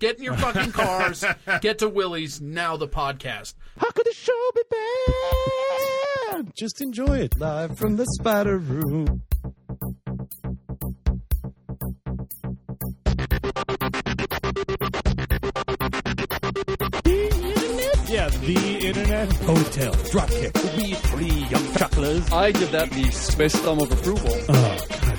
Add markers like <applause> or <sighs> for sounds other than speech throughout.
Get in your fucking cars. <laughs> get to Willie's. Now the podcast. How could the show be bad? Just enjoy it live from the spider room. Yeah, the internet hotel dropkick. We three young chucklers. I give that the space thumb of approval. Oh, god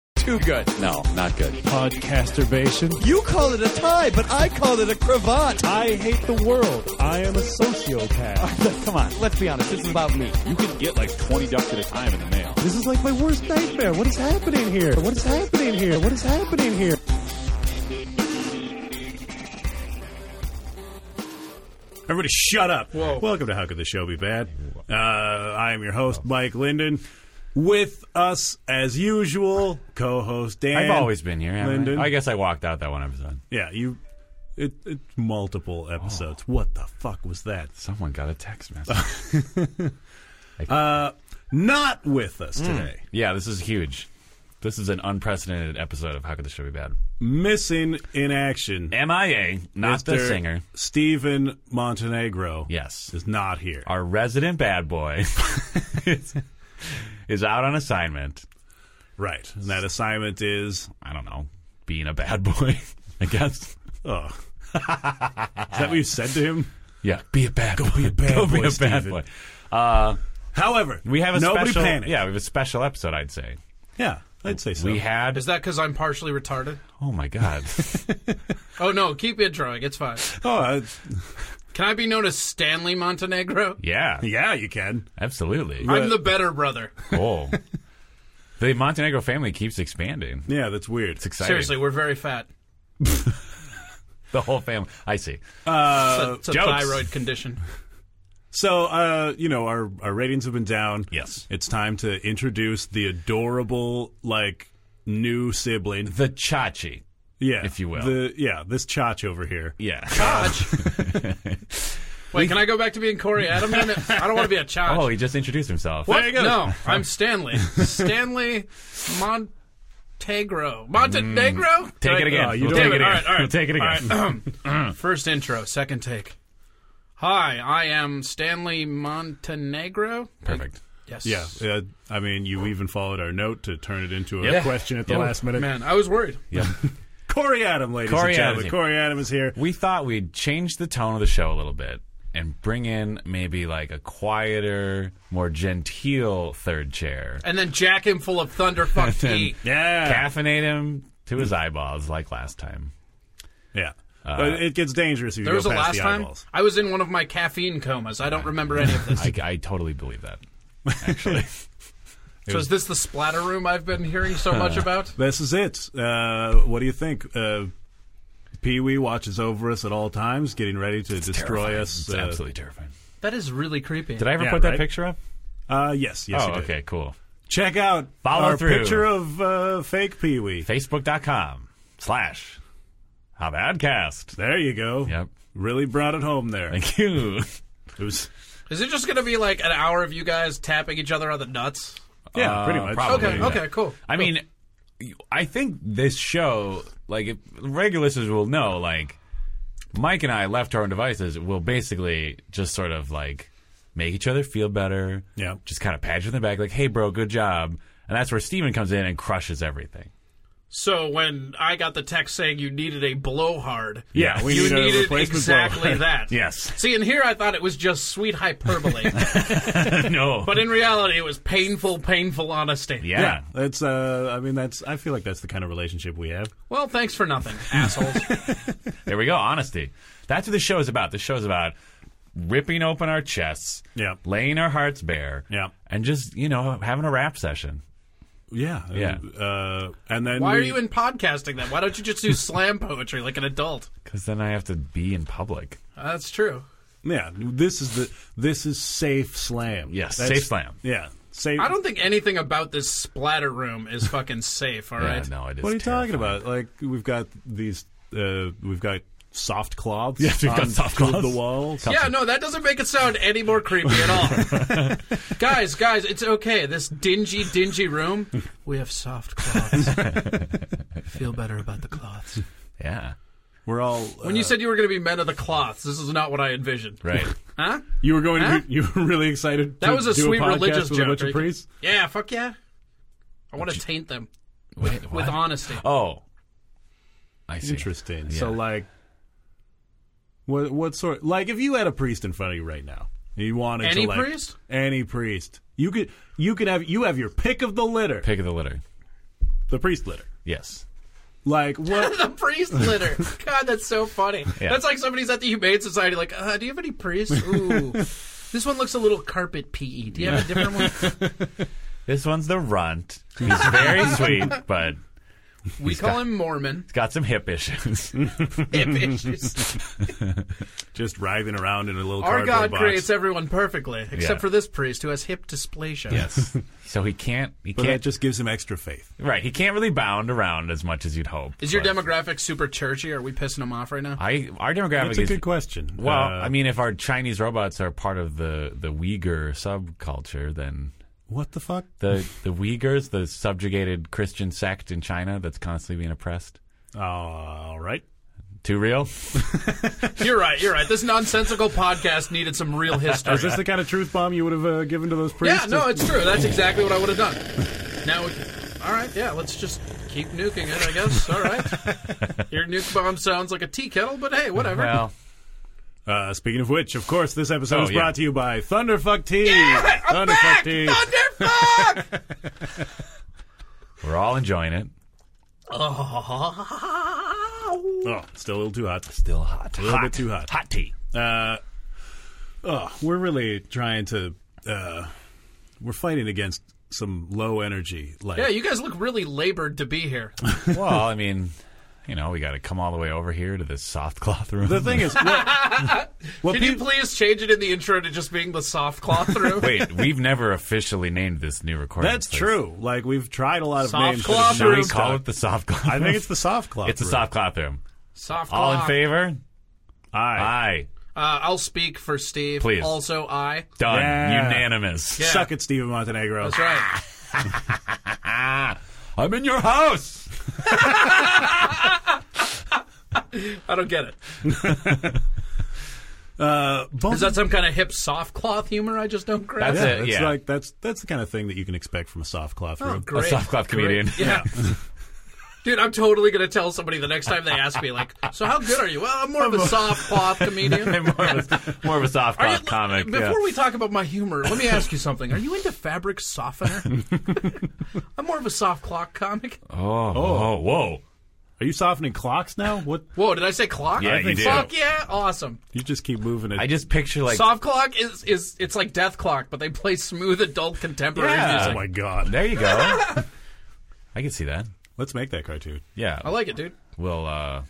Too good. No, not good. Podcasturbation. You call it a tie, but I call it a cravat. I hate the world. I am a sociopath. <laughs> Come on, let's be honest. This is about me. You can get like 20 ducks at a time in the mail. This is like my worst nightmare. What is happening here? What is happening here? What is happening here? Everybody, shut up! Whoa. Welcome to How Could the Show Be Bad? Uh, I am your host, Mike Linden. With us, as usual, co-host Dan. I've always been here. haven't I? Lyndon. I guess I walked out that one episode. Yeah, you. It, it's multiple episodes. Oh. What the fuck was that? Someone got a text message. Uh, not with us Hmm. today. yeah, this is huge. This is an unprecedented episode of How Could the Show Be Bad? Missing in action. MIA, not the Mr. singer. Stephen Montenegro. Yes. is not here. Our resident bad boy <laughs> is, is out on assignment. Right, and that assignment is. I don't know, being a bad boy, <laughs> I guess. Oh, <laughs> is that what you said to him? Yeah, be a bad Go boy. Be a bad Go be boy, a bad Stephen. boy. Uh, However, we have a nobody special. panic. Yeah, we have a special episode. I'd say yeah, I'd say so. we had. Is that because I'm partially retarded? oh my god. Oh no, keep introing. It's fine. oh, uh, Can I be known as Stanley Montenegro? yeah, yeah, you can. absolutely. I'm the better brother. Oh. the Montenegro family keeps expanding. Yeah, that's weird. It's exciting. Seriously, we're very fat. The whole family. I see. It's a, it's a jokes. thyroid condition. So, uh, you know, our, our ratings have been down. Yes. It's time to introduce the adorable, like, new sibling. The Chachi. Yeah. If you will. The, yeah, this Chach over here. Yeah. Wait, can I go back to being Corey Adam? in it? I don't want to be a child. Oh, he just introduced himself. What? There you go. No, I'm Stanley. Stanley Montenegro. Montenegro? Take Right. it again. Oh, you we'll don't- take it again. All right, all right. <laughs> We'll take it again. <clears throat> First intro, second take. Hi, I am Stanley Montenegro. Perfect. Yes. Yeah. Uh, I mean, you even followed our note to turn it into a Yeah. question at the Yeah. last minute. Man, I was worried. Yeah. Corey Adam, ladies Corey and gentlemen. Adam. Corey Adam is here. we thought we'd change the tone of the show a little bit and bring in maybe like a quieter, more genteel third chair. And then jack him full of thunder. Fuck then- tea. Yeah. Caffeinate him to Mm. his eyeballs like last time. Yeah. Uh, but it gets dangerous if you There go was a past last the time eyeballs. I was in one of my caffeine comas. I don't remember any <laughs> of <laughs> this. I, I totally believe that. Actually, So is this the splatter room I've been hearing so much about? This is it. Uh, what do you think? Uh, Pee Wee watches over us at all times, getting ready to <laughs> destroy Terrifying. us. It's uh, absolutely terrifying. That is really creepy. Did I ever yeah, put that right? picture up? Uh, yes, yes. you oh, did. okay, cool. Check out Follow our through. picture of uh, fake Pee Wee. Facebook.com slash How Badcast. There you go. Yep. Really brought it home there. Thank you. It was Is it just going to be like an hour of you guys tapping each other on the nuts? yeah, Uh, pretty much. probably. Okay, Yeah. okay, cool. I mean, I think this show, like, if regular listeners will know, like, Mike and I, left to our own devices, will basically just sort of like make each other feel better. Yeah. Just kind of pat you on the back, like, hey, bro, good job. And that's where Steven comes in and crushes everything. <laughs> So when I got the text saying you needed a blowhard, Yeah, we you need a needed replacement exactly blower. that. Yes. See, in here I thought it was just sweet hyperbole, no. but in reality it was painful, painful honesty. yeah. Yeah, that's. Uh, I mean, that's. I feel like that's the kind of relationship we have. Well, thanks for nothing, assholes. There we go. Honesty. That's what the show is about. The show is about ripping open our chests, Yeah. laying our hearts bare, Yeah. and just, you know, having a rap session. Yeah, Yeah. Uh, and then Why we, are you in podcasting then? Why don't you just do slam poetry like an adult? Because then I have to be in public. Uh, that's true. Yeah, this is the. This is safe slam. Yes, That's- safe slam. Yeah, safe. I don't think anything about this splatter room is fucking safe. All right. Yeah, no, it is. What are you talking terrifying. about? Like we've got these, uh, we've got soft cloths. Yes, we've got on soft two of cloths. the walls. Yeah, no, that doesn't make it sound any more creepy at all. <laughs> guys, guys, it's okay. This dingy, dingy room, we have soft cloths. Feel better about the cloths. Yeah. We're all. Uh, When you said you were going to be men of the cloths, this is not what I envisioned. <laughs> Right. Huh? you were going, Huh? to, be- you were really excited. That to was a do sweet podcast religious with joke. a bunch of right? priests. Yeah, fuck yeah. I want to taint them Wait, with what? <laughs> honesty. Oh. I see. Interesting. Yeah. So like, what what sort? Like, if you had a priest in front of you right now, and you wanted Any to like priest? any priest, you could you could have you have your pick of the litter, Pick of the litter. the priest litter. Yes. Like <laughs> what? the priest litter. God, that's so funny. Yeah. That's like somebody's at the Humane Society, like, uh, do you have any priests? <laughs> Ooh. This one looks a little carpet PE. Do you have a different <laughs> one? This one's the runt. He's very sweet, but We call him Mormon. got some hip issues. <laughs> Hip issues. Just writhing around in a little Our cardboard God box. creates everyone perfectly, except Yeah. for this priest who has hip dysplasia. yes. <laughs> So he can't. He but that can't. just gives him extra faith. right. He can't really bound around as much as you'd hope. Is your but- demographic super churchy? Are we pissing him off right now? I our demographic That's a is good question. Well, Uh, I mean, if our Chinese robots are part of the the Uyghur subculture, then what the fuck? the the Uyghurs, the subjugated Christian sect in China that's constantly being oppressed. All right. Too real? You're right. You're right. This nonsensical podcast needed some <laughs> real history. Is this the kind of truth bomb you would have uh, given to those yeah, priests? no, it's true. That's exactly what I would have <laughs> done. Now, we can, all right, yeah, let's just keep nuking it, I guess. All right. <laughs> Your nuke bomb sounds like a tea kettle, but hey, whatever. well, Uh, speaking of which, of course, this episode Oh, is yeah. brought to you by Thunderfuck Tea. Yeah, I'm Thunderfuck back! Tea. <laughs> Thunderfuck! <laughs> we're all enjoying it. oh, still a little too hot. Still hot. A little bit too hot. Hot tea. Uh, oh, we're really trying to. Uh, we're fighting against some low energy. Like, yeah, you guys look really labored to be here. Well, I mean, you know, we got to come all the way over here to this soft cloth room. the <laughs> thing is, what, what Can you peop- please change it in the intro to just being the soft <laughs> cloth room? Wait, we've never officially named this new recording. that's place. true. Like we've tried a lot of Soft names. that claw have Should not we room. stuck. call it the soft cloth? I room? think it's the soft cloth. It's the room. soft cloth room. Soft cloth. All in favor? Aye. Aye. Uh, I'll speak for Steve. Please. Also, I. Done. Yeah. Unanimous. Yeah. Suck it, Steven Montenegro. That's <laughs> right. I'm in your house. I don't <laughs> get it. Uh, both- Is that some kind of hip soft cloth humor I just don't grasp? That's yeah, it, that's yeah. like that's that's the kind of thing that you can expect from a soft cloth Oh, room. great. A soft cloth Great. comedian. <laughs> Yeah. Dude, I'm totally going to tell somebody the next time they ask me, like, so how good are you? Well, I'm more of a soft <laughs> cloth comedian. <laughs> more, of a, more of a soft Are you- cloth comic. Before yeah. we talk about my humor, let me ask you something. Are you into fabric <laughs> softener? <laughs> I'm more of a soft cloth comic. oh, oh, whoa. Are you softening clocks now? What Whoa, did I say clock? Yeah, I you think did. Fuck yeah, awesome. you just keep moving it. I just picture like soft clock is, is it's like death clock, but they play smooth adult contemporary Yeah. oh music. my god! There you go. I can see that. Let's make that cartoon. Yeah. I like it, dude. We'll uh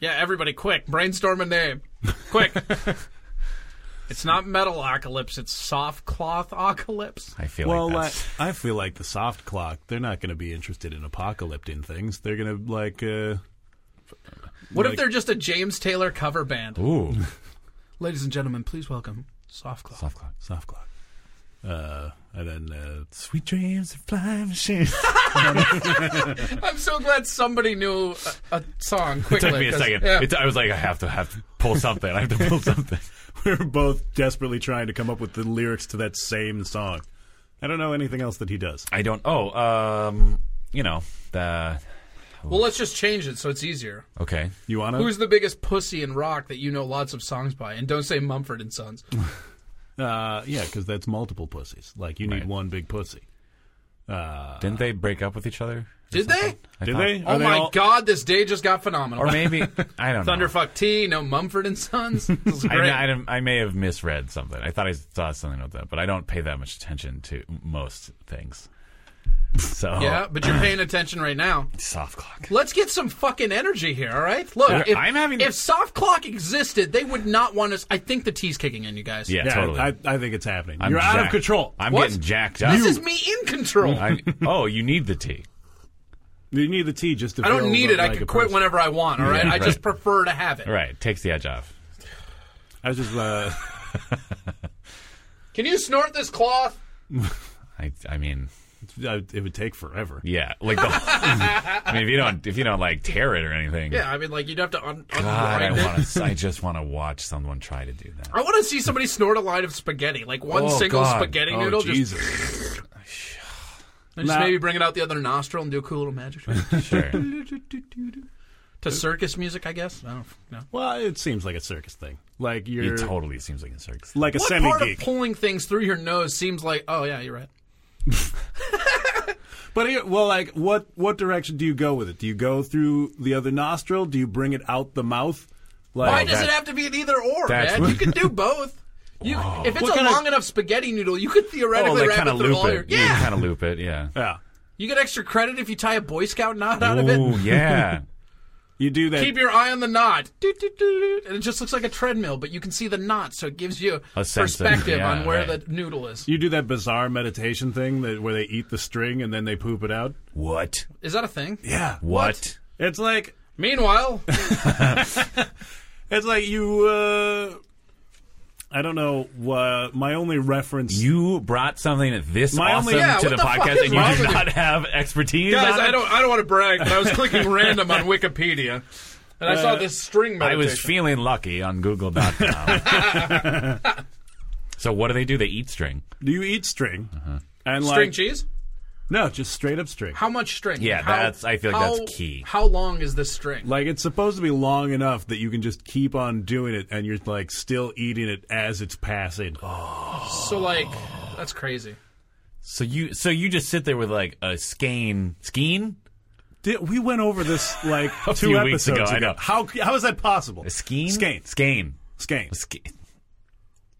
Yeah, everybody, quick, brainstorm a name, <laughs> quick. it's not metalocalypse; it's soft cloth ocalypse. I feel Well, like like, that's <laughs> I feel like the soft clock. They're not going to be interested in apocalyptic things. They're going to like. Uh, What if Like- they're just a James Taylor cover band? <laughs> Ooh. Ladies and gentlemen, please welcome soft cloth. soft cloth. soft clock. Uh, and then uh, Sweet dreams of flying machines. I'm so glad somebody knew a, a song quickly. Took me a 'cause- second. yeah. It, I was like, I have to have to pull something. I have to pull something. we <laughs> were both desperately trying to come up with the lyrics to that same song. I don't know anything else that he does. <laughs> I don't. Oh, um, you know the. well, let's just change it so it's easier. Okay. You want Who's to? the biggest pussy in rock that you know lots of songs by? And don't say Mumford and Sons. Uh, yeah, because that's multiple pussies. Like you need Right. one big pussy. Didn't they break up with each other? Did they? I Did thought- they? oh Are they my all- God, this day just got phenomenal. Or <laughs> maybe I don't know. Thunderfuck T, no Mumford and <laughs> Sons. This is I, great. I, don't- I may have misread something. I thought I saw something about that, but I don't pay that much attention to most things. <laughs> So yeah, but you're paying attention right now. soft clock. Let's get some fucking energy here, all right? Look, Yeah, if, I'm having- if soft clock existed, they would not want us. I think the tea's kicking in, you guys. Yeah, Yeah, totally. I, I think it's happening. I'm You're out of jacked. control. I'm What? getting jacked up. This is me in control. I, oh, you need the tea. You need the tea just to. I don't feel need it. I like could a quit person. whenever I want. All right. I just right. prefer to have it. Right, takes the edge off. I was just. Uh, <laughs> Can you snort this cloth? I, I mean, it would take forever. yeah, like the. <laughs> I mean, if you don't, if you don't like tear it or anything, Yeah, I mean, like you'd have to un- God, I unwind it. want to. I just want to watch someone try to do <laughs> that. I want to see somebody snort a line of spaghetti, like one Oh, single God. spaghetti Oh, noodle. Just, <laughs> Jesus. and just Nah. maybe bring it out the other nostril and do a cool little magic trick. Sure. to circus music, I guess. I don't know. Well, it seems like a circus thing. Like you're It totally seems like a circus. like a What semi part geek. of pulling things through your nose seems like? Oh yeah, you're right. But here, well, like what what direction do you go with it? Do you go through the other nostril? Do you bring it out the mouth? Like Why does that- it have to be an either or, that's man? what- you can do both. You, if it's What a kinda- long enough spaghetti noodle, you could theoretically like wrap kind it of through loop all your. it. You Yeah, kind of loop it. Yeah. yeah, you get extra credit if you tie a Boy Scout knot <laughs> out of it. Ooh, <laughs> yeah. you do that. Keep your eye on the knot, Doot, doot, doot, doot. and it just looks like a treadmill, but you can see the knot, so it gives you A sense of- perspective yeah, on where right. the noodle is. you do that bizarre meditation thing that where they eat the string and then they poop it out. What? Is that a thing? Yeah, What? it's like Meanwhile, it's like you. uh I don't know. Uh, my only reference. You brought something this My awesome only- Yeah, to what the, the fuck podcast, is and you wrong do with you? not have expertise. guys, on it? I don't, I don't want to brag, but I was clicking random on Wikipedia, and I saw this string I meditation. was feeling lucky on Google.com. <laughs> so what do they do? They eat string. do you eat string? Uh-huh. And like string cheese. no, just straight up string. How much string? Yeah, How- that's- I feel like how- that's key. How long is this string? Like it's supposed to be long enough that you can just keep on doing it, and you're like still eating it as it's passing. Oh. So like, that's crazy. So you so you just sit there with like a skein skein Did, we went over this <laughs> like two few weeks episodes ago, I know. How how is that possible? a skein skein, skein skein. A ske-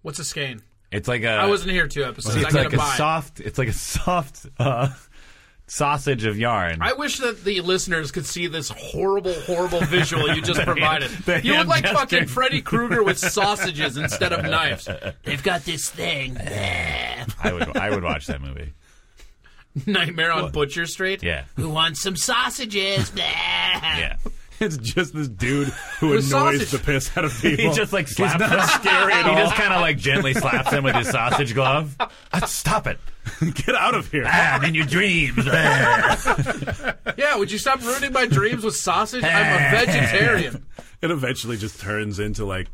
What's a skein? It's like a I wasn't here two episodes. I Uh, it's gotta like a buy. soft it's like a soft uh, sausage of yarn. I wish that the listeners could see this horrible, horrible visual you just provided. <laughs> the you look hand like fucking gesture. Freddy Krueger with sausages instead of knives. They've got this <laughs> thing. I would I would watch that movie. Nightmare on Butcher Street. Yeah. Who wants some sausages? <laughs> Yeah. <laughs> It's just this dude who With annoys sausage. the piss out of people. <laughs> He just like slaps him. Scary he just kind of like gently slaps him with his sausage glove. Uh, Stop it! <laughs> get out of here. I'm in your <laughs> dreams. Yeah, would you stop ruining my dreams with sausage? I'm <laughs> a vegetarian. It eventually just turns into like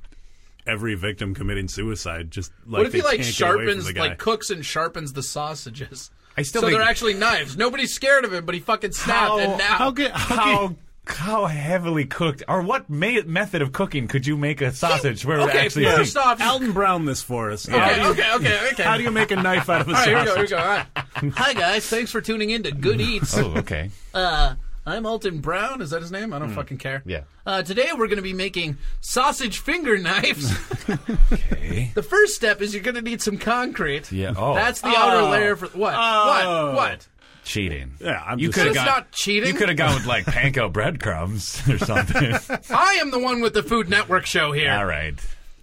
every victim committing suicide. Just like What if they he like can't get away from sharpens, the guy. like cooks and sharpens the sausages? I still so think- they're actually knives. Nobody's scared of him, but he fucking snapped. how, and now how, good- how, how heavily cooked or what ma- method of cooking could you make a sausage where it okay, actually first off, Alton Brown this for us. How, do okay, you, okay, okay, okay. how do you make a knife out of a All right, here we sausage? go. Here we go. All <laughs> right. Hi guys, thanks for tuning in to Good Eats. Oh, okay. <laughs> Uh, I'm Alton Brown. Is that his name? I don't fucking care. Yeah. Uh, today we're going to be making sausage finger knives. The first step is you're going to need some concrete. Yeah. Oh, That's the outer layer for what? Oh. What? What? cheating. Yeah, I'm you just could have That's gone. not cheating. you could have gone with like panko breadcrumbs or <laughs> something. I am the one with the Food Network show here. All right.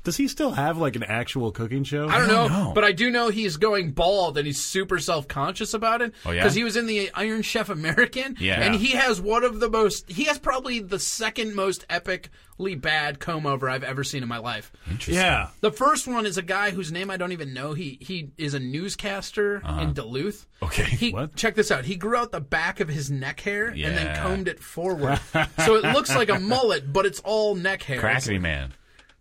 Does he still have like an actual cooking show? I don't know, know. but I do know he's going bald and he's super self conscious about it. Oh, yeah? Because he was in the Iron Chef American. Yeah. And he has one of the most, he has probably the second most epically bad comb over I've ever seen in my life. Interesting. Yeah. The first one is a guy whose name I don't even know. He he is a newscaster in Duluth. Uh-huh. Okay. He What? check this out. He grew out the back of his neck hair and then Yeah. combed it <laughs> forward. so it looks like a mullet, but it's all neck hair. Crackety man,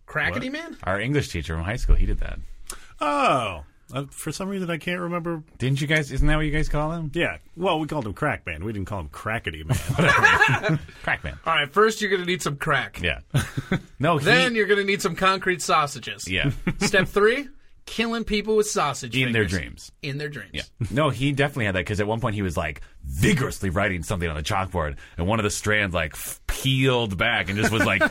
Crackety man? our English teacher from high school, he did that. Oh. Uh, for some reason, I can't remember. Didn't you guys? Isn't that what you guys call him? Yeah. Well, we called him Crack Man. We didn't call him Crackety <laughs> Man. Crack man. All right, first you're going to need some crack. Yeah. <laughs> No. He, Then you're going to need some concrete sausages. yeah. <laughs> Step three, killing people with sausage In their fingers. dreams. In their dreams. Yeah. <laughs> No, he definitely had that because at one point he was like vigorously writing something on the chalkboard, and one of the strands like f- peeled back and just was <laughs> like,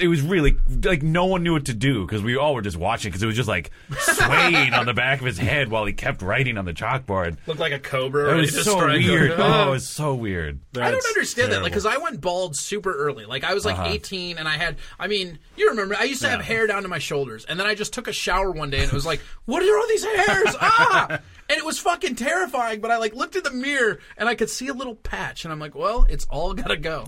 it was really like no one knew what to do because we all were just watching because it was just like swaying on the back of his head while he kept writing on the chalkboard. Looked like a cobra. It ready was to so strangle you. <laughs> <laughs> weird. Oh, it was so weird. I don't understand that, like, because I went bald super early. Like, I was like Uh-huh. 18, and I had, I mean, you remember, I used to <laughs> have hair down to my shoulders, and then I just took a shower one day, and it was like, what are all these hairs? ah! and it was fucking terrifying. But I like looked in the mirror and I could see a little patch, and I'm like, well, it's all gotta <laughs> go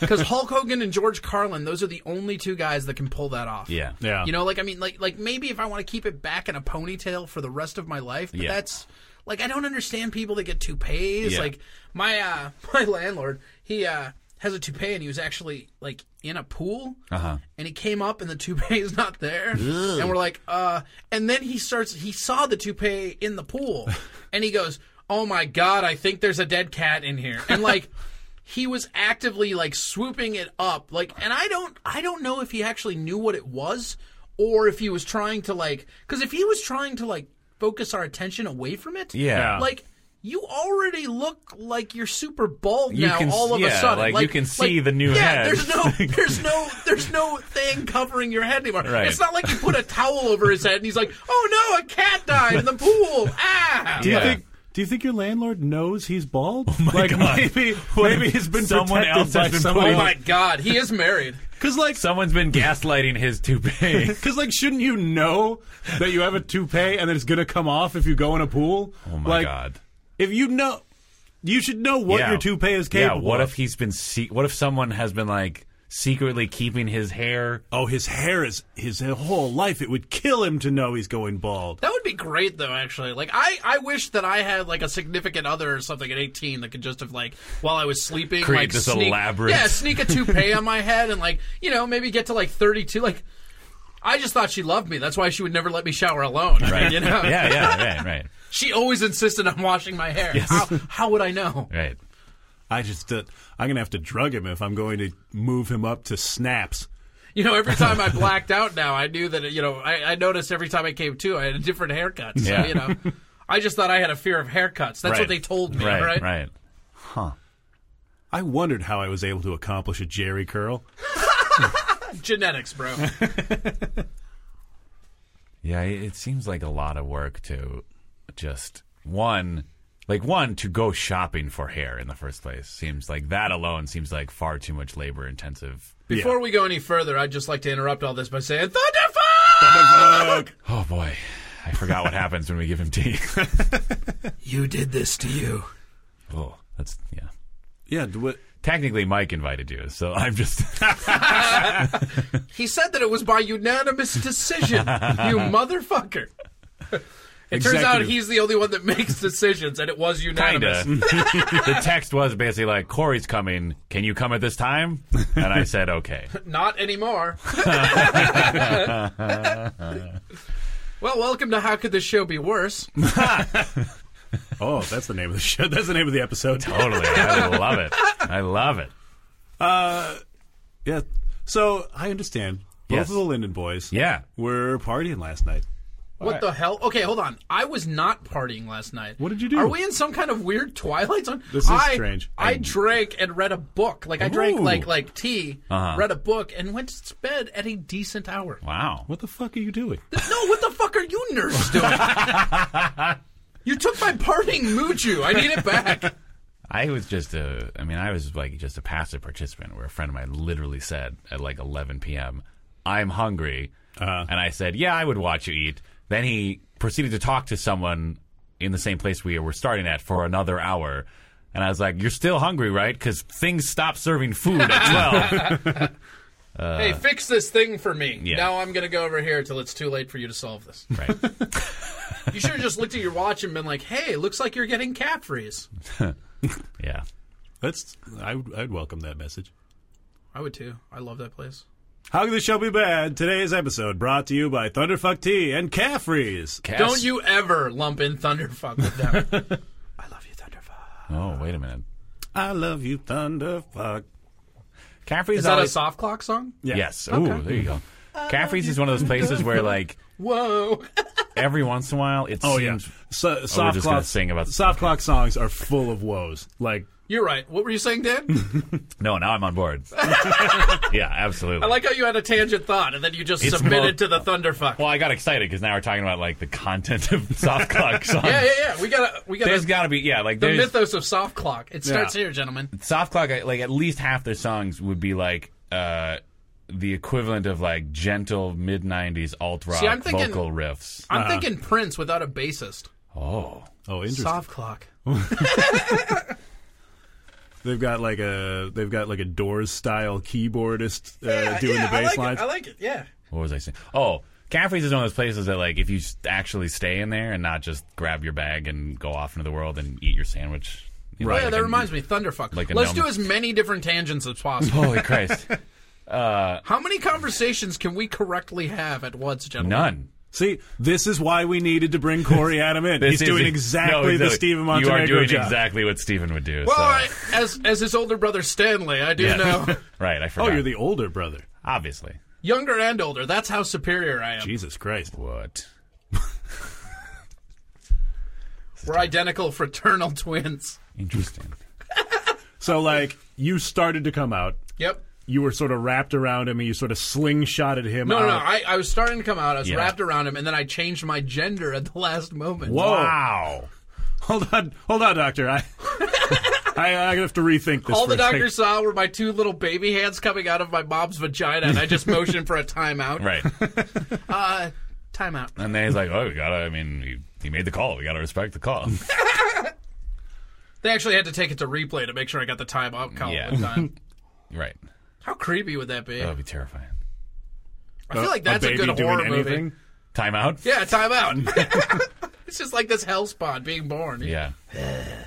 because Hulk Hogan and George Carlin, those are the only two guys that can pull that off. Yeah. Yeah. You know, like I mean, like like maybe if I want to keep it back in a ponytail for the rest of my life, but Yeah. that's like I don't understand people that get toupees. Yeah. Like my uh <laughs> my landlord, he uh has a toupee and he was actually like in a pool Uh-huh. and he came up and the toupee <laughs> is not there and we're like uh and then he starts he saw the toupee in the <laughs> pool and he goes oh my god i think there's a dead cat in here and like <laughs> he was actively like swooping it up like and i don't i don't know if he actually knew what it was or if he was trying to like because if he was trying to like focus our attention away from it Yeah. like you already look like you're super bald You now can s- all of a yeah, sudden like, you can see the new yeah, head. there's <laughs> no there's no there's no thing covering your head anymore Right. it's not like you put a towel over his head and he's like oh no a cat died in the pool ah Do you Yeah. Oh think? Do you think your landlord knows <laughs> he's bald? like God. maybe, <laughs> What maybe if he's been someone protected else by has been somebody. oh my god he is married Because like, Someone's been gaslighting his <laughs> toupee. because like, shouldn't you know that you have a toupee and that it's gonna come off if you go in a pool? Oh my like, god. If you know, you should know what Yeah. your toupee is capable. Yeah, what of. if he's been se- what if someone has been like secretly keeping his hair Oh, his hair is his whole life. It would kill him to know he's going bald. that would be great though actually like i i wish that i had like a significant other or something at 18 that could just have like while i was sleeping Create like this sneak, elaborate- yeah sneak a <laughs> toupee on my head and like you know maybe get to like 32 like I just thought she loved me. That's why she would never let me shower alone. <laughs> Right. You know? Yeah, yeah, right, right, She always insisted on washing my hair. How, how would I know? <laughs> right. I just, uh, I'm gonna have to drug him if I'm going to move him up to snaps. You know, every time <laughs> I blacked out now, I knew that, you know, I, I noticed every time I came to, I had a different haircut. So, Yeah. you know, I just thought I had a fear of haircuts. That's what Right. they told me, Right, right? right. I wondered how I was able to accomplish a Jerry curl. <laughs> Genetics, bro. Yeah, it it seems like a lot of work to just one like one to go shopping for hair in the first place. Seems like that alone seems like far too much labor intensive. Before we go any further, I'd just like to interrupt all this by saying, Thunderfuck! Oh boy. I forgot what happens when we give him tea. <laughs> You did this to you. oh, that's yeah. Yeah, d- what, Technically Mike invited you, so I'm just He said that it was by unanimous decision, <laughs> you motherfucker. <laughs> It turns out Executive. he's the only one that makes decisions, and it was unanimous. Kinda. <laughs> <laughs> the text was basically like, "Corey's coming. Can you come at this time?" And I said, "Okay." Not <laughs> anymore. well, welcome to How Could This Show Be Worse? oh, that's the name of the show. <laughs> That's the name of the episode. Totally. <laughs> I love it. I love it. Yeah. So I understand. Both Yes. of the Linden boys. Yeah. Were partying last night. What the hell? Okay, hold on. I was not partying last night. What did you do? Are we in some kind of weird Twilight Zone? This is I- strange. I, drank and read a book. Like I drank Ooh. like like tea, read a book, and went to bed at a decent hour. Wow. What the fuck are you doing? No, what the fuck are you nerds doing? <laughs> you took my partying mooju. I need it back. I was just a. I mean, I was like just a passive participant. Where a friend of mine literally said at like 11 p.m., "I'm hungry," Uh-huh. and I said, "Yeah, I would watch you eat." Then he proceeded to talk to someone in the same place we were starting at for another hour. And I was like, "You're still hungry, right? Because things stop serving <laughs> food at 12." hey, fix this thing for me. Yeah. Now I'm gonna go over here till it's too late for you to solve this. right. You should have just looked at your watch and been like, "Hey, looks like you're getting cat freeze." Yeah. That's I would I'd welcome that message. I would too. I love that place. How can the show be bad? Today's episode brought to you by Thunderfuck Tea and Caffrey's. Don't you ever lump in Thunderfuck with <laughs> them. I love you, Thunderfuck. Oh, wait a minute. I love you, Thunderfuck. Caffrey's Is that a always- soft clock song? Yeah. Yes. Ooh, there you go. Caffrey's is one of those places where, like, Whoa. every once in a while, it Oh yeah. seems. So, soft just gonna clock sing about- soft clock songs are full of woes. Like You're right. What were you saying, Dan? No, now I'm on board. <laughs> yeah, absolutely. I like how you had a tangent thought and then you just It's submitted to more- the Thunderfuck. well, I got excited because now we're talking about like the content of <laughs> soft clock songs. yeah, yeah, yeah. We gotta we gotta There's got to be yeah, like the there's mythos of soft clock. It starts Yeah. here, gentlemen. soft clock. I- Like at least half their songs would be like uh, the equivalent of like gentle mid '90s alt rock See, I'm thinking- vocal riffs. I'm thinking Prince without a bassist. Oh. Oh, interesting. Soft clock. They've got like a they've got like a Doors style keyboardist uh, doing the bass I like lines. it. I like it. Yeah. What was I saying? Oh, cafes is one of those places that, like, if you s- actually stay in there and not just grab your bag and go off into the world and eat your sandwich. you know, yeah, like that a- reminds me. Thunderfuck. like a Oh, Let's numb- do as many different tangents as possible. <laughs> Holy Christ. How many conversations can we correctly have at once, gentlemen? None. See, this is why we needed to bring Corey Adam in. This He's is- doing no, exactly the exactly. Stephen You Montenegro are doing job. exactly what Stephen would do. Well, so. I, as as his older brother Stanley, I do Yeah. know <laughs> right, I forgot. oh, you're the older brother. Obviously. younger and older. That's how superior I am. Jesus Christ. What? We're identical fraternal <laughs> twins. Interesting. So like you started to come out. Yep. You were sort of wrapped around him and you sort of slingshotted him No, out. no, no. I, I was starting to come out. I was Yeah. wrapped around him, and then I changed my gender at the last moment. Whoa. Wow. Hold on, hold on, doctor. I, <laughs> I, I have to rethink this. All for the a second. doctor saw were my two little baby hands coming out of my mom's vagina, and I <laughs> just motioned for a timeout. Right. Uh, timeout. And then he's like, oh, we gotta, I mean, he, he made the call. We gotta respect the <laughs> call. They actually had to take it to replay to make sure I got the timeout call Yeah. in <laughs> time. right. How creepy would that be? That would be terrifying. I feel like Uh, A that's a, baby good doing horror anything? movie. Timeout? Yeah, <laughs> timeout. <laughs> it's just like this hellspawn being born. Yeah.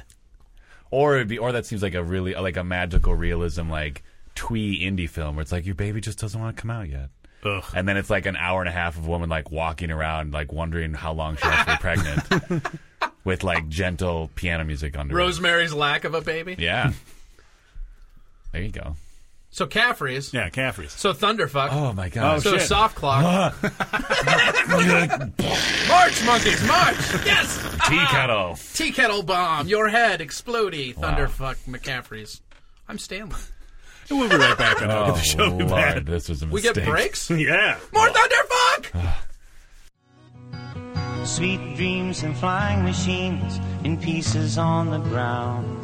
<sighs> or it'd be, or that seems like a really, like a magical realism, like twee indie film where it's like, your baby just doesn't want to come out yet. Ugh. And then it's like an hour and a half of woman like walking around, like wondering how long she'll actually <laughs> be pregnant with like gentle piano music under it. Rosemary's lack of a baby. Yeah. there you go. So Caffrey's. Yeah, Caffrey's. So Thunderfuck. Oh my gosh. so <laughs> shit. soft clock. march, monkeys, <laughs> march! Yes! Tea Ah. kettle. Tea kettle bomb, your head explodey. Thunderfuck McCaffrey's. I'm Stanley. <laughs> We'll be right back on Hook Oh, of the Show. you Lord, bad. this was a mistake. We get <laughs> breaks? <laughs> Yeah. More Uh. Thunderfuck! Sweet dreams and flying machines in pieces on the ground.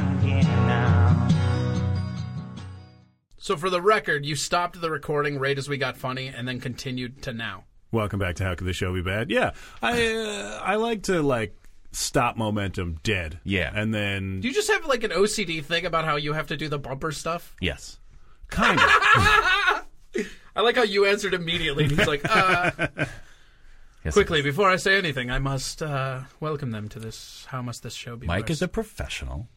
again now. So for the record, you stopped the recording right as we got funny and then continued to now. Welcome back to How Could the Show Be Bad? Yeah, I uh, I like to like stop momentum dead. Yeah. and then Do you just have like an OCD thing about how you have to do the bumper stuff? Yes. kind of. I like how you answered immediately. He's like, <laughs> uh, yes quickly, it is. before I say anything, I must uh, welcome them to this. How must this show be? Mike versed? is a professional.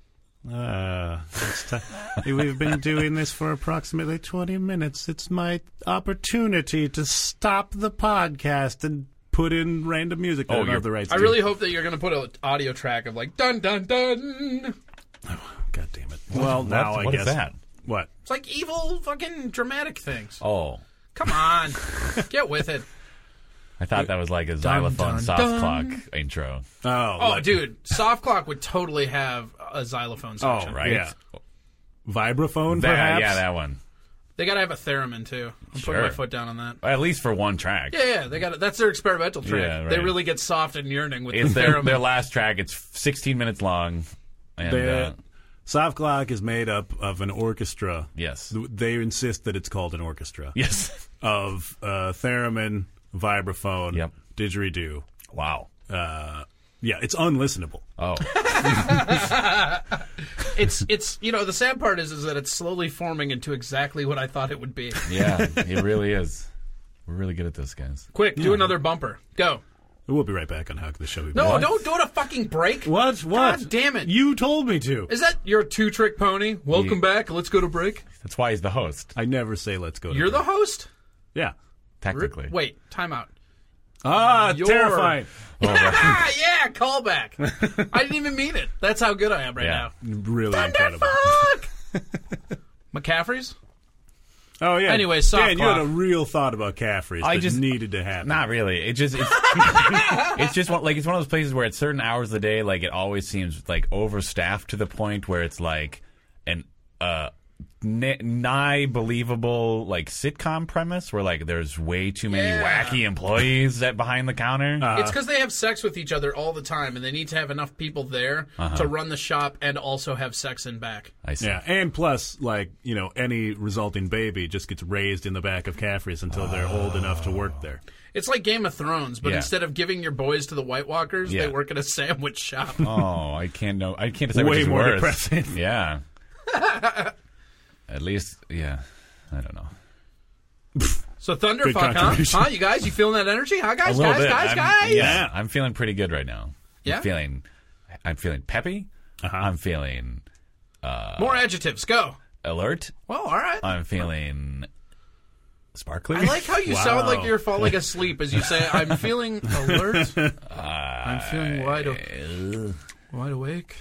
Uh, it's ti- we've been doing this for approximately 20 minutes. It's my opportunity to stop the podcast and put in random music. that Oh, I don't you're- have the rights I to. really hope that you're going to put an audio track of like dun dun dun. God damn it. Well, now I what is guess. that? What? It's like evil fucking dramatic things. Oh. Come <laughs> on, get with it. I thought that was like a xylophone dun, soft dun. clock intro. Oh, Oh, like- dude, Soft Clock would totally have a xylophone Oh, section. right. Yeah. Vibraphone, That- perhaps? yeah, that one. They got to have a theremin too. I'm Sure. putting my foot down on that. At least for one track. Yeah, yeah, they got that's their experimental track. Yeah, right. They really get soft and yearning with It's the their, theremin. their last track. It's 16 minutes long. And They- uh, Soft Clock is made up of an orchestra. yes. Th- They insist that it's called an orchestra. Yes. Of uh, theremin, vibraphone, Yep. didgeridoo. Uh, Wow. Yeah, it's unlistenable. Oh. It's it's you know the sad part is is that it's slowly forming into exactly what I thought it would be. Yeah, it really is. We're really good at this, guys. Quick, do another bumper. Go. We'll be right back on How Could the Show Be No, Bad. don't do it a fucking break. What? What? God damn it. You told me to. Is that your two trick pony? Welcome Yeah. back. Let's go to break. That's why he's the host, I never say let's go. To You're the break. host? yeah. technically. Wait, timeout. Ah, You're- terrifying. Oh, right. Ah, <laughs> yeah, <laughs> callback. I didn't even mean it. That's how good I am right Yeah. now. Really incredible. <laughs> Thunderfuck! McCaffrey's? Oh yeah. Anyway, soft Dan, you had a cloth. real thought about Caffrey's I that just- needed to happen. Not really. It just it's, <laughs> it's just one, like it's one of those places where at certain hours of the day, like it always seems like overstaffed to the point where it's like an uh ni- nigh believable like sitcom premise where like there's way too many Yeah. Uh, wacky employees at behind the counter. it's because they have sex with each other all the time, and they need to have enough people there Uh-huh. to run the shop and also have sex in back. I see. Yeah, and plus, like you know, any resulting baby just gets raised in the back of Caffrey's until they're old enough to work there. It's like Game of Thrones, but Yeah. instead of giving your boys to the White Walkers, Yeah. they work at a sandwich <laughs> shop. Oh, I can't know. I can't decide Way which is more worse. depressing. <laughs> Yeah. at least, yeah. I don't know. So Good Thunderfuck, contribution. huh? Huh? You guys, you feeling that energy? Huh, A guys, little guys, bit. guys, I'm, guys? Yeah, I'm feeling pretty good right now. Yeah? I'm feeling, I'm feeling peppy. I'm feeling More adjectives, go. alert. Well, all right. I'm feeling sparkly. I like how you sound like you're falling asleep as you say, "I'm feeling alert. I'm feeling wide, o- wide awake."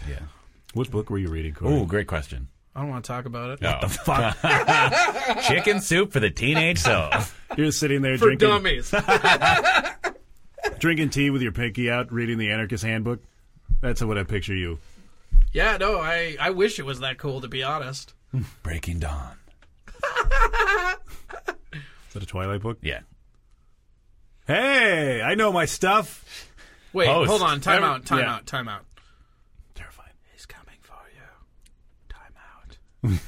What book were you reading, Corey? <laughs> Ooh, great question. I don't want to talk about it. the fuck? <laughs> Chicken soup for the teenage soul. You're just sitting there For drinking dummies. drinking tea with your pinky out, reading the Anarchist Handbook. That's what I picture you. yeah, no, I, I wish it was that cool to be honest. Breaking dawn. Is that a Twilight book? Yeah. Hey, I know my stuff. Wait, Host. hold on. Time Every- out. Time yeah. out. Time out. Terrifying. He's coming for you. Oh, Time out.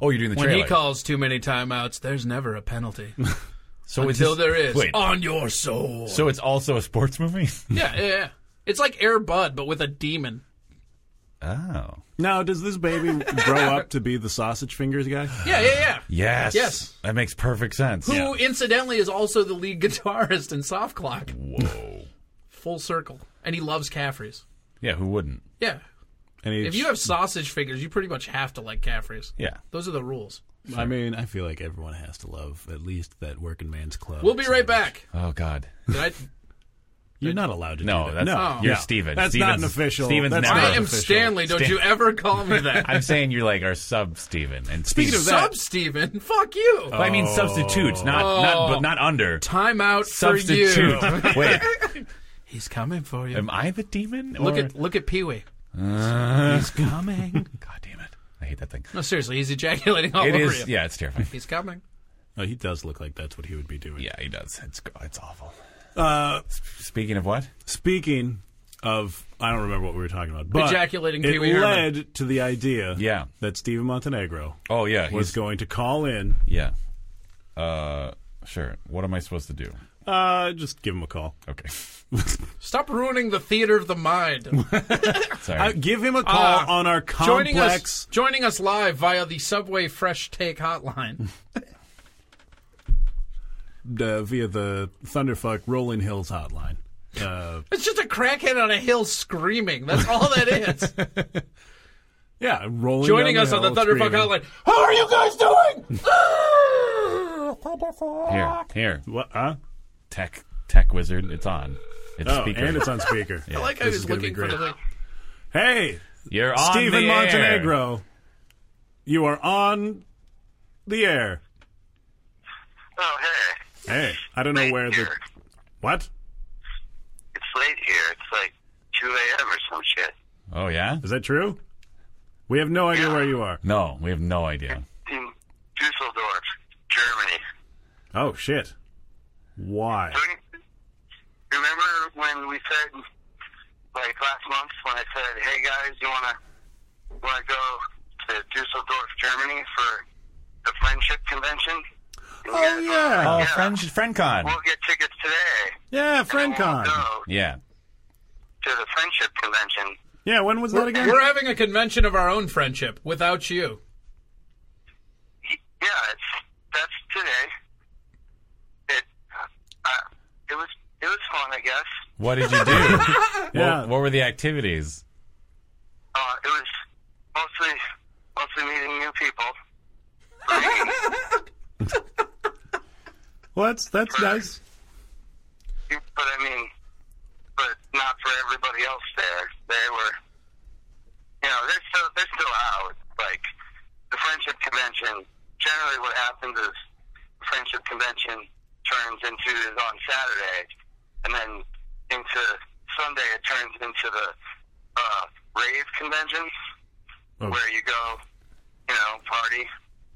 Oh, you're doing the When trailer. he calls too many timeouts, there's never a penalty so is until this- there is Oh. Wait. on your soul. So it's also a sports movie. yeah, yeah, yeah. It's like Air Bud, but with a demon. oh. Now, does this baby grow up to be the sausage fingers guy? Yeah, yeah, yeah. Yes. Yes. That makes perfect sense. Who, incidentally, is also the lead guitarist in Soft Clock. Whoa. Full circle, and he loves Caffrey's. Yeah. Who wouldn't? Yeah. And he- If you have sausage figures, you pretty much have to like Caffrey's. Yeah. Those are the rules. I mean, I feel like everyone has to love at least that working man's club. We'll be right back. Oh God. Did <laughs> I, You're not allowed to. No, do that. that's- <laughs> no. you're no. Steven. That's not an Steven's- official. Steven's that's never not I an am official. Stanley. Don't Stan- you ever call me that. <laughs> I'm saying you're like our sub Steven. And Speaking Steve- of that- Sub Steven, <laughs> fuck you. I mean substitutes, not not but not under. Time out Substitute. for you. <laughs> Wait, He's coming for you. am I the demon? look or- at look at Pee Wee. Uh, Coming. God damn it! I hate that thing. no, seriously, he's ejaculating all It over is. you. Yeah, it's terrifying. He's coming. Oh, he does look like that's what he would be doing. Yeah, he does. It's it's awful. Uh, Speaking of what? speaking of, I don't remember what we were talking about, but Ejaculating it Pee Wee Herman. led to the idea, Yeah. that Steven Montenegro Oh yeah, was he's, going to call in. yeah. Uh, sure. What am I supposed to do? Uh, just give him a call. Okay, <laughs> Stop ruining the theater of the mind. sorry. Uh, give him a call Uh, on our joining complex. us joining us live via the Subway Fresh Take hotline. uh, via the Thunderfuck Rolling Hills hotline. Uh, It's just a crackhead on a hill screaming. That's all that is. <laughs> yeah, rolling. joining down us on the hill, Thunderfuck screaming. hotline. Oh, How are you guys doing? here, here. What? Huh? Tech, tech wizard. It's on. It's Oh, speaker. and it's on speaker. <laughs> I like how This he's is gonna be looking for the great. thing. Hey, You're on Stephen the air. Montenegro, you are on the air. Oh, hey. Hey, I don't know where the Here. what It's late here. It's like 2 a.m. or some shit. Oh yeah. is that true? We have no idea where you are. No, we have no idea. In Dusseldorf, Germany. Oh shit! Why? Don't- Remember when we said, like last month, when I said, hey guys, you want to wanna go to Dusseldorf, Germany for the friendship convention? And you Oh guys were like, yeah, Oh, friend, friendcon. We'll get tickets today. yeah, and we'll FriendCon. go Yeah. to the friendship convention. Yeah, when was that again? We're having a convention of our own friendship without you. Yeah, it's that's today. It uh, it was it was fun, I guess. What did you do? <laughs> Yeah, What, what were the activities? Uh, it was mostly mostly meeting new people. Bringing- well, that's that's nice. but I mean, but not for everybody else there. They were, you know, they're still they're still out. Like the friendship convention generally what happens is friendship convention turns into is on Saturday, and then into Sunday it turns into the uh, rave convention where you go, you know, party.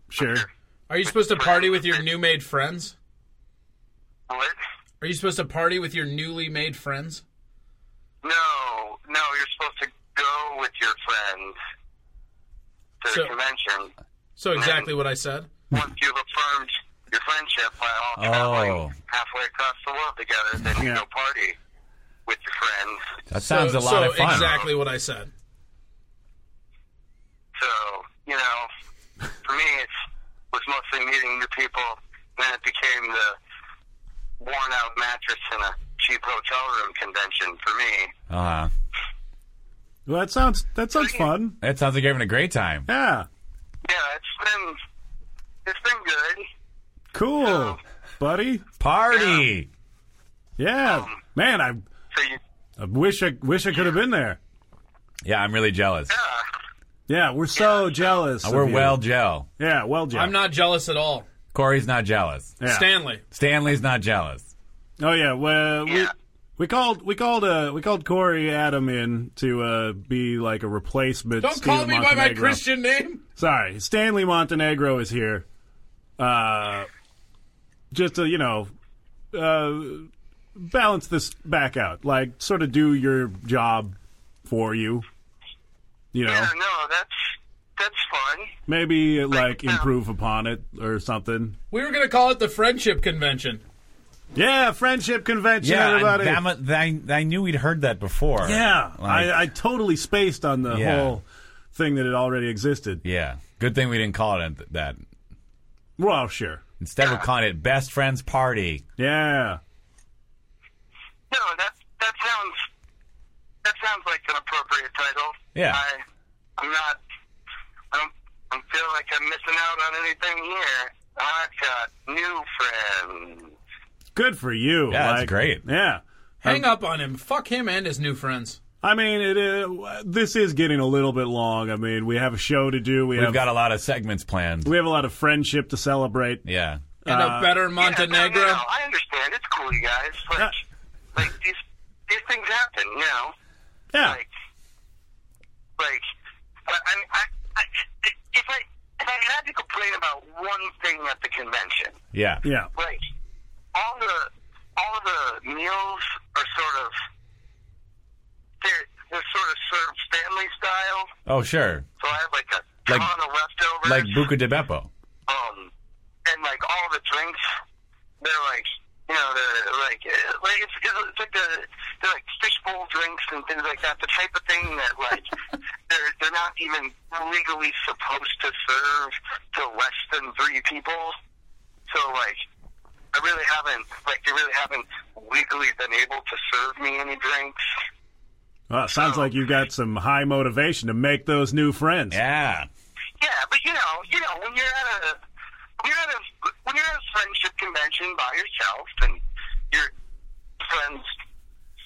Sure. Are you supposed to party with your new made friends? What? Are you supposed to party with your newly made friends? No, no, you're supposed to go with your friends to So- the convention. So exactly what I said. Once you've affirmed your friendship by all traveling Oh. halfway across the world together, then you Yeah. go party with your friends. That sounds so, a lot so of fun. Exactly what I said. So, you know, for me, it was mostly meeting new people. Then it became the worn out mattress in a cheap hotel room convention for me. Uh-huh. Well, that sounds that sounds fun. That sounds like you're having a great time. Yeah. Yeah, it's been it's been good. Um, Cool, buddy. Party. Yeah, um, man. I, So you, I wish I wish I could have been there. Yeah, I'm really jealous. yeah, Yeah, we're so jealous. Uh, of We're you. well gel. Yeah, well jealous. I'm not jealous at all. Corey's not jealous. Yeah. Stanley. Stanley's not jealous. Oh yeah. Well, we Yeah. we called we called uh we called Corey Adam in to uh be like a replacement. Don't Steven call me by my Montenegro. Christian name. Sorry, Stanley Montenegro is here. Uh, just to you know, uh, balance this back out. Like, sort of do your job for you. You know, yeah, no, that's that's fun. maybe like Yeah. improve upon it or something. We were gonna call it the friendship convention. Yeah, friendship convention, Yeah, everybody. that mu- I, I knew we'd heard that before. yeah, Like- I, I totally spaced on the Yeah. whole thing that had already existed. yeah. Good thing we didn't call it th- that. Well, sure. Instead, we're calling it Best Friends Party. Yeah, No, that that sounds that sounds like an appropriate title. Yeah. I, I'm not. I don't. I don't feel like I'm missing out on anything here. I've got new friends. good for you. Yeah, that's Like, great. Yeah. Hang Um, up on him. Fuck him and his new friends. I mean, it is, this is getting a little bit long. I mean, we have a show to do. We We've have got a lot of segments planned. we have a lot of friendship to celebrate. yeah. And uh, a better Yeah, no, no, Montenegro. no, I understand. It's cool, you guys. Like, Yeah. like these these things happen. You know, Yeah, like like I, I, I, I if I if I had to complain about one thing at the convention. Yeah. yeah, like all the all the meals are sort of they're they're sort of served family style. Oh, sure. So I have like a Like- ton of leftovers. Like Buca de Beppo. um, and like all the drinks, they're like you know they're like uh, like it's, it's, it's like the they're like fishbowl drinks and things like that. The type of thing that like they're they're not even legally supposed to serve to less than three people. So like I really haven't like they really haven't legally been able to serve me any drinks. Well, it Uh, sounds like you've got some high motivation to make those new friends. Yeah. Yeah, but you know, you know, when you're at a when you're at a when you're at a friendship convention by yourself and your friends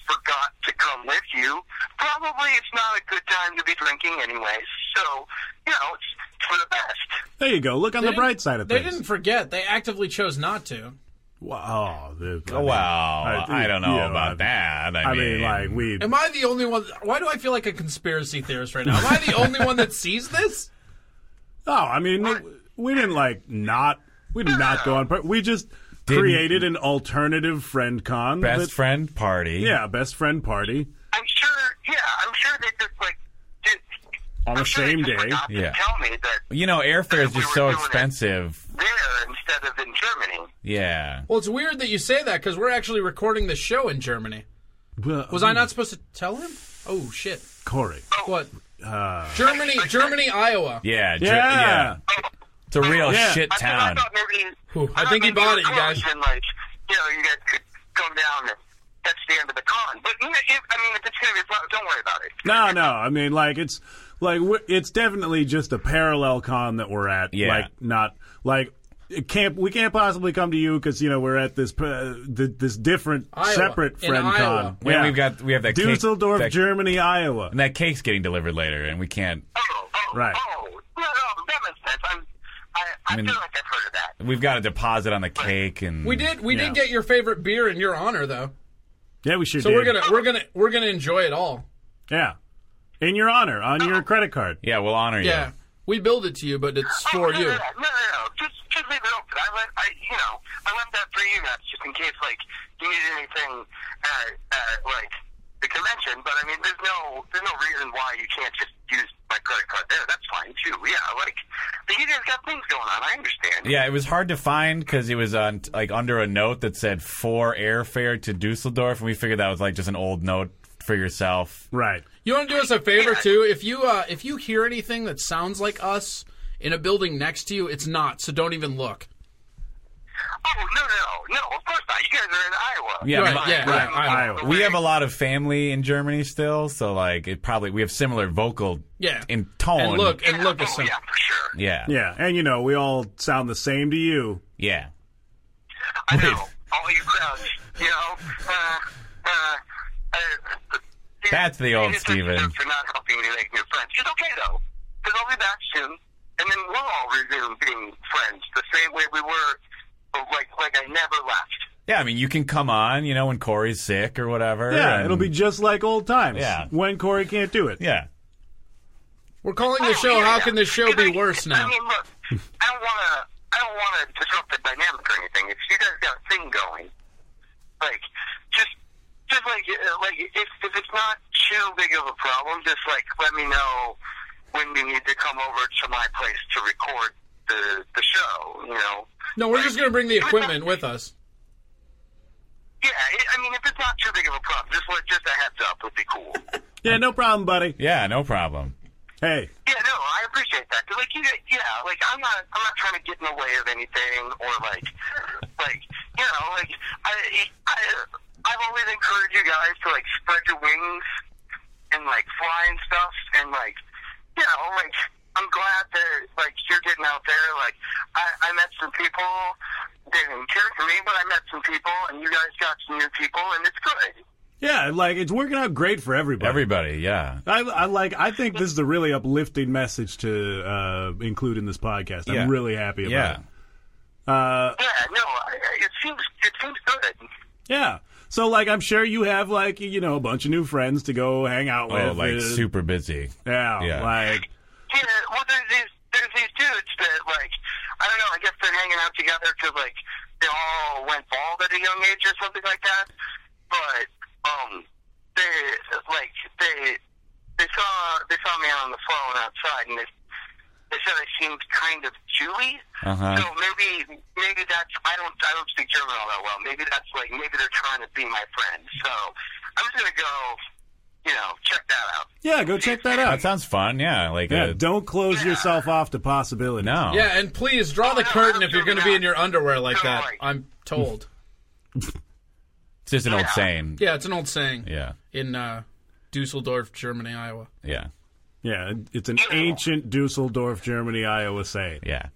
forgot to come with you, probably it's not a good time to be drinking anyway. So, you know, it's for the best. There you go. Look on the didn't- bright side of They things. didn't forget. They actively chose not to. Wow. the- I mean, Well, I, think, don't know you about I- that. I, I mean, like we. Am I the only one? Why do I feel like a conspiracy theorist right now? Am I the only one that sees this? Oh, I mean, we didn't like not. We did not go on. But we just created an alternative friend con. Best that- Friend Party. Yeah, best friend party. I'm sure. Yeah, I'm sure they just like did, On I'm the sure same they just day. forgot to Yeah. Tell me that You know, airfare is We just were so doing it. expensive. there instead of in Germany. Yeah. Well, it's weird that you say that because we're actually recording the show in Germany. Was I Hmm. not supposed to tell him? Oh shit! Corey? What? Uh, Germany, Germany, Iowa. Yeah. dr- Yeah. It's a real Yeah. shit I, thought- town. I thought maybe. Whew, I thought think he maybe bought we it, you were close guys. And like, you know, you guys could come down and that's the end of the con. But you know, if, I mean, if it's gonna be, fun, don't worry about it. No, no. I mean, like it's like we it's definitely just a parallel con that we're at. Yeah. Like not like it can't we can't possibly come to you because you know we're at this uh, th- this different Iowa. separate In friend Iowa. con. When we've got we have that cake- Dusseldorf, that- Germany, Iowa. and that cake's getting delivered later, and we can't. Oh, oh, Right. Oh, no, no, that makes sense. I'm, I, I I mean- feel like I've heard of that. We've got a deposit on the cake, and We did we Yeah. did get your favorite beer in your honor though. Yeah, we sure So did. we're gonna we're gonna we're gonna enjoy it all. Yeah. In your honor, on your credit card. Yeah, we'll honor you. Yeah. We billed it to you, but it's Oh, for no, you. No, no, no, no. Just, just leave it open. I let, I, you know, I left that for you guys, just in case, like, you needed anything at, at, like, the convention. But I mean, there's no, there's no reason why you can't just use my credit card there. That's fine too. Yeah, like, but you guys got things going on. I understand. Yeah, it was hard to find because it was on like under a note that said for airfare to Dusseldorf, and we figured that was like just an old note for yourself. Right. You want to do us a favor too? If you uh, if you hear anything that sounds like us in a building next to you, it's not. So don't even look. Oh no, no, no. Of course not. You guys are in Iowa. Yeah, Right, but- yeah, right, I- Iowa. We have a lot of family in Germany still, so like it probably we have similar vocal Yeah. in tone. And look and look oh, at some. yeah, for sure. yeah, Yeah. And you know, we all sound the same to you. yeah. I know. All you crowds, you know. Uh, uh, uh, That's the old Steven. For not helping me make new friends. It's okay, though, because I'll be back soon, and then we'll all resume being friends the same way we were, but like, like I never left. Yeah, I mean you can come on, you know, when Corey's sick or whatever. Yeah. and- It'll be just like old times. Yeah. When Corey can't do it. yeah. We're calling the show. yeah, How yeah. can the show 'Cause be I- worse I now? mean, look, I don't want to, I don't want to disrupt the dynamic or anything. If you guys got a thing going, like, just, just like, uh, like if if it's not too big of a problem, just like let me know when you need to come over to my place to record the the show. You know. No, we're Like, just gonna bring the if it's not- equipment with us. Yeah, it, I mean, if it's not too big of a problem, just let just a heads up would be cool. Yeah. No problem, buddy. Yeah, no problem. Hey. Yeah, no, I appreciate that. 'Cause, Like, you, yeah, like I'm not, I'm not trying to get in the way of anything, or like, like, you know, like I, I, I've always encouraged you guys to like spread your wings and like fly and stuff, and like, you know, like I'm glad that like you're getting out there. Like, I, I met some people, they didn't care for me, but I met some people, and you guys got some new people, and it's good. Yeah. Like it's working out great for everybody. Everybody, yeah. I, I like. I think this is a really uplifting message to uh, include in this podcast. Yeah. I'm really happy about Yeah. it. Uh, Yeah, no, I, I- it seems, it seems good. Yeah. So like I'm sure you have like you know a bunch of new friends to go hang out Oh, with. like uh, super busy. Yeah, yeah. Like Yeah, well, there's these there's these dudes that like I don't know. I guess they're hanging out together because like they all went bald at a young age or something like that. But um, they like they they saw they saw me on the phone outside, and they they said I seemed kind of Jewy. Uh-huh. So maybe maybe that's I don't I don't speak German all that well. Maybe that's like maybe they're trying to be my friend. So I'm just gonna go, you know, check that out. yeah, go check that out. That sounds fun. Yeah, like yeah, uh, don't close yourself off to possibility. no. Yeah, and please draw the no, curtain if you're gonna be in your underwear like No, that. like- I'm told. It's just an old saying. Yeah, it's an old saying Yeah. in uh, Dusseldorf, Germany, Iowa. Yeah. Yeah, it's an ancient Dusseldorf, Germany, Iowa saying. Yeah.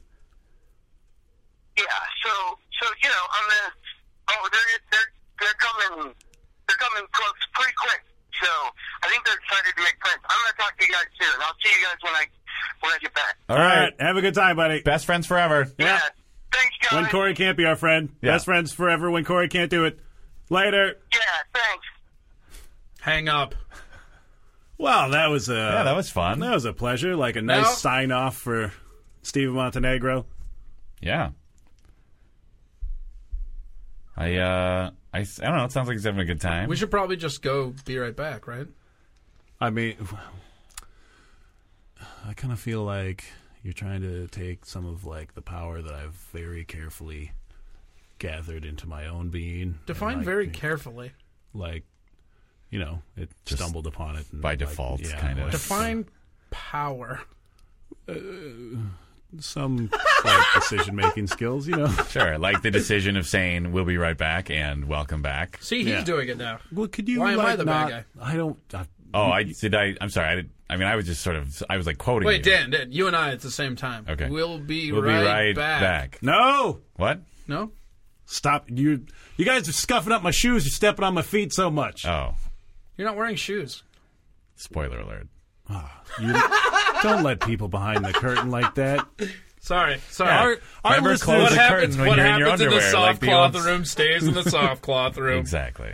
Yeah, so so you know, I'm the oh they're they're they're coming they're coming close pretty quick. So I think they're excited to make friends. I'm gonna talk to you guys soon. I'll see you guys when I when I get back. All right, have a good time, buddy. Best friends forever. Yeah. Thanks guys. When Corey can't be our friend, Yeah. best friends forever. When Corey can't do it, later. yeah, thanks. Hang up. Well, that was a Yeah, that was fun. that was a pleasure. Like a nice Now- sign off for Steve Montenegro. Yeah. I uh I, s- I don't know, it sounds like he's having a good time. We should probably just go be right back, right? I mean, <sighs> I kind of feel like you're trying to take some of like the power that I've very carefully gathered into my own being. Define and, like, very carefully. like, you know, it Just stumbled upon it and, by like, default, yeah, kind of. like, Define power. some like decision making skills. You know, sure, like the decision of saying we'll be right back and welcome back. See, he's Yeah. doing it now. well, could you? Why am I like, the not, bad guy? I don't. I, Oh, I did I I'm sorry. I did, I mean, I was just sort of I was like quoting Wait, you. Dan, Dan, you and I at the same time. Okay. We'll be, We'll right, be right back. back. no. What? No? Stop! You, you guys are scuffing up my shoes. You're stepping on my feet so much. Oh, You're not wearing shoes. spoiler alert. You don't let people behind the curtain like that. Sorry, sorry. Yeah. Our- Remember, our listeners- close what the happens, curtain when what you're in your happens in the underwear, like soft the cloth old- room stays in <laughs> the soft cloth room. Exactly.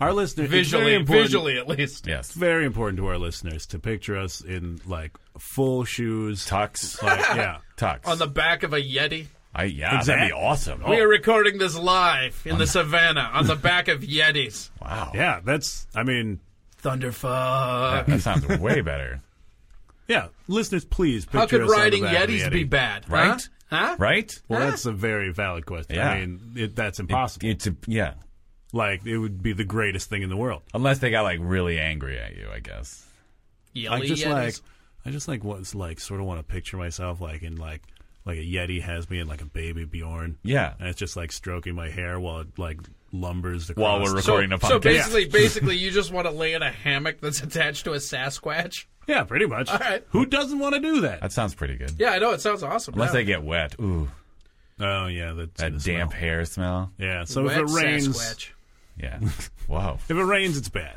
Our listeners, Visually, it's very important, visually at least. Yes. very important to our listeners to picture us in like full shoes, Tux. like yeah, Tux. On the back of a Yeti. I, yeah, Exact- that'd be awesome. We Oh, are recording this live in the savannah on <laughs> the back of Yetis. wow. yeah. That's I mean, Thunderfuck. That sounds way better. yeah. Listeners, please picture How could us on the riding back of the Yetis Yeti. be bad? huh? Right? Huh? Right? Well, that's a very valid question. I Yeah. mean, it, that's impossible. It's a, yeah. like, it would be the greatest thing in the world. Unless they got like really angry at you, I guess. Yelly I just Yetis. like, I just like what's like, sort of want to picture myself like in like, like a Yeti has me and like a baby Bjorn. Yeah. and it's just like stroking my hair while it like lumbers across. While we're so, recording a podcast. so <laughs> basically, basically, you just want to lay in a hammock that's <laughs> attached to a Sasquatch. yeah, pretty much. All right. Who doesn't want to do that? that sounds pretty good. Yeah, I know it sounds awesome. Unless yeah. they get wet. Ooh, Oh yeah, that's that the smell. damp hair smell. Yeah. So wet if it rains, Sasquatch. <laughs> Yeah. wow. if it rains, it's bad.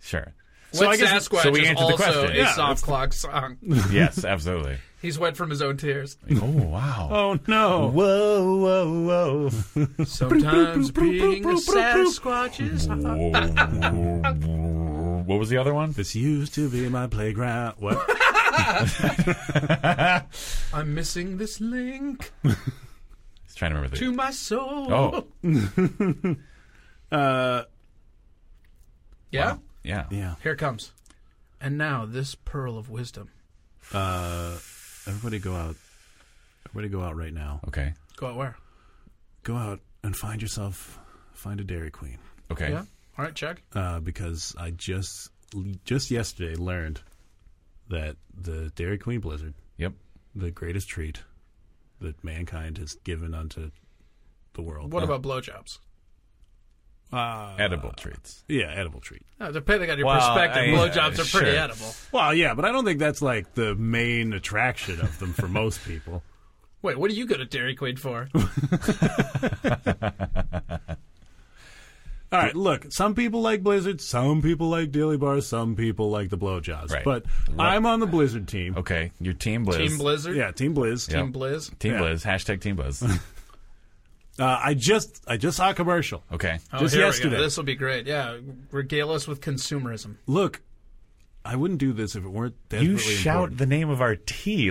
Sure. wet I guess- Sasquatch so we is answered the also question. a Yeah, soft clock song. Yes, absolutely. <laughs> He's wet from his own <laughs> tears. Oh wow. Oh no. Whoa, whoa, whoa. <laughs> Sometimes being a Sasquatch is uh, hot. what was the other one? <laughs> This used to be my playground. What? I'm missing this link Just trying to remember the to my soul. Oh, <laughs> yeah. yeah. yeah. Here it comes. And now this pearl of wisdom. Everybody go out. Everybody go out right now. Okay. Go out where? Go out and find yourself, find a Dairy Queen. Okay. Yeah. All right, Chuck. Uh, because I just just yesterday learned that the Dairy Queen Blizzard, Yep. the greatest treat that mankind has given unto the world. uh. Uh, What about blowjobs? Uh, Edible treats. Yeah, edible treat. No, Uh, depending on your Well, perspective, I- uh, blowjobs are pretty sure. edible. Well, yeah, but I don't think that's like the main attraction of them for most people. Wait, what are you good at Dairy Queen for? <laughs> All right, look, some people like Blizzard, some people like Daily Bar, some people like the blowjobs. Right. But Well- I'm on the Blizzard team. Okay. Your team Blizz. Team Blizzard? Yeah, Team Blizz. Yeah. Team Blizz? Team Yeah. Blizz. Hashtag Team Blizz. <laughs> Uh, I just I just saw a commercial. Okay. Oh, Just here we yesterday. go. This will be great. Yeah, regale us with consumerism. Look, I wouldn't do this if it weren't desperately You shout important. the name of our tea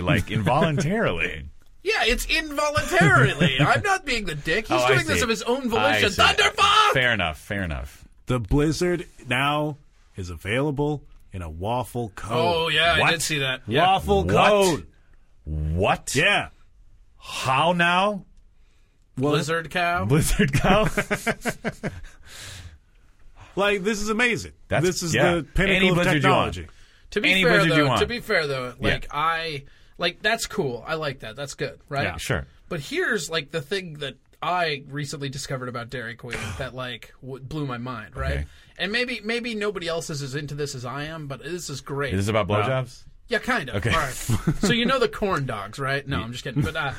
<laughs> like involuntarily. Yeah, it's <laughs> involuntarily. I'm not being the dick. He's Oh, I doing this see. of his own I volition. see. Thunderfuck! Fair enough. Fair enough. The Blizzard now is available in a waffle code. Oh, yeah, I What? did see that. Yeah. Waffle What? code. What? Yeah. How now? Blizzard cow. Blizzard <laughs> cow. Like this is amazing. That's- this is yeah. the pinnacle Any of Blizzard you want. technology. To be Any fair, Blizzard you though, want. to be fair though, Yeah. like I, like that's cool. I like that. That's good, right? Yeah. sure. But here's like the thing that I recently discovered about Dairy <sighs> Queen that like w- blew my mind, right? Okay. And maybe maybe nobody else is as into this as I am, but this is great. Is this about blowjobs? yeah, kind of. Okay. All <laughs> right. so you know the corn dogs, right? No, I'm just kidding. But uh,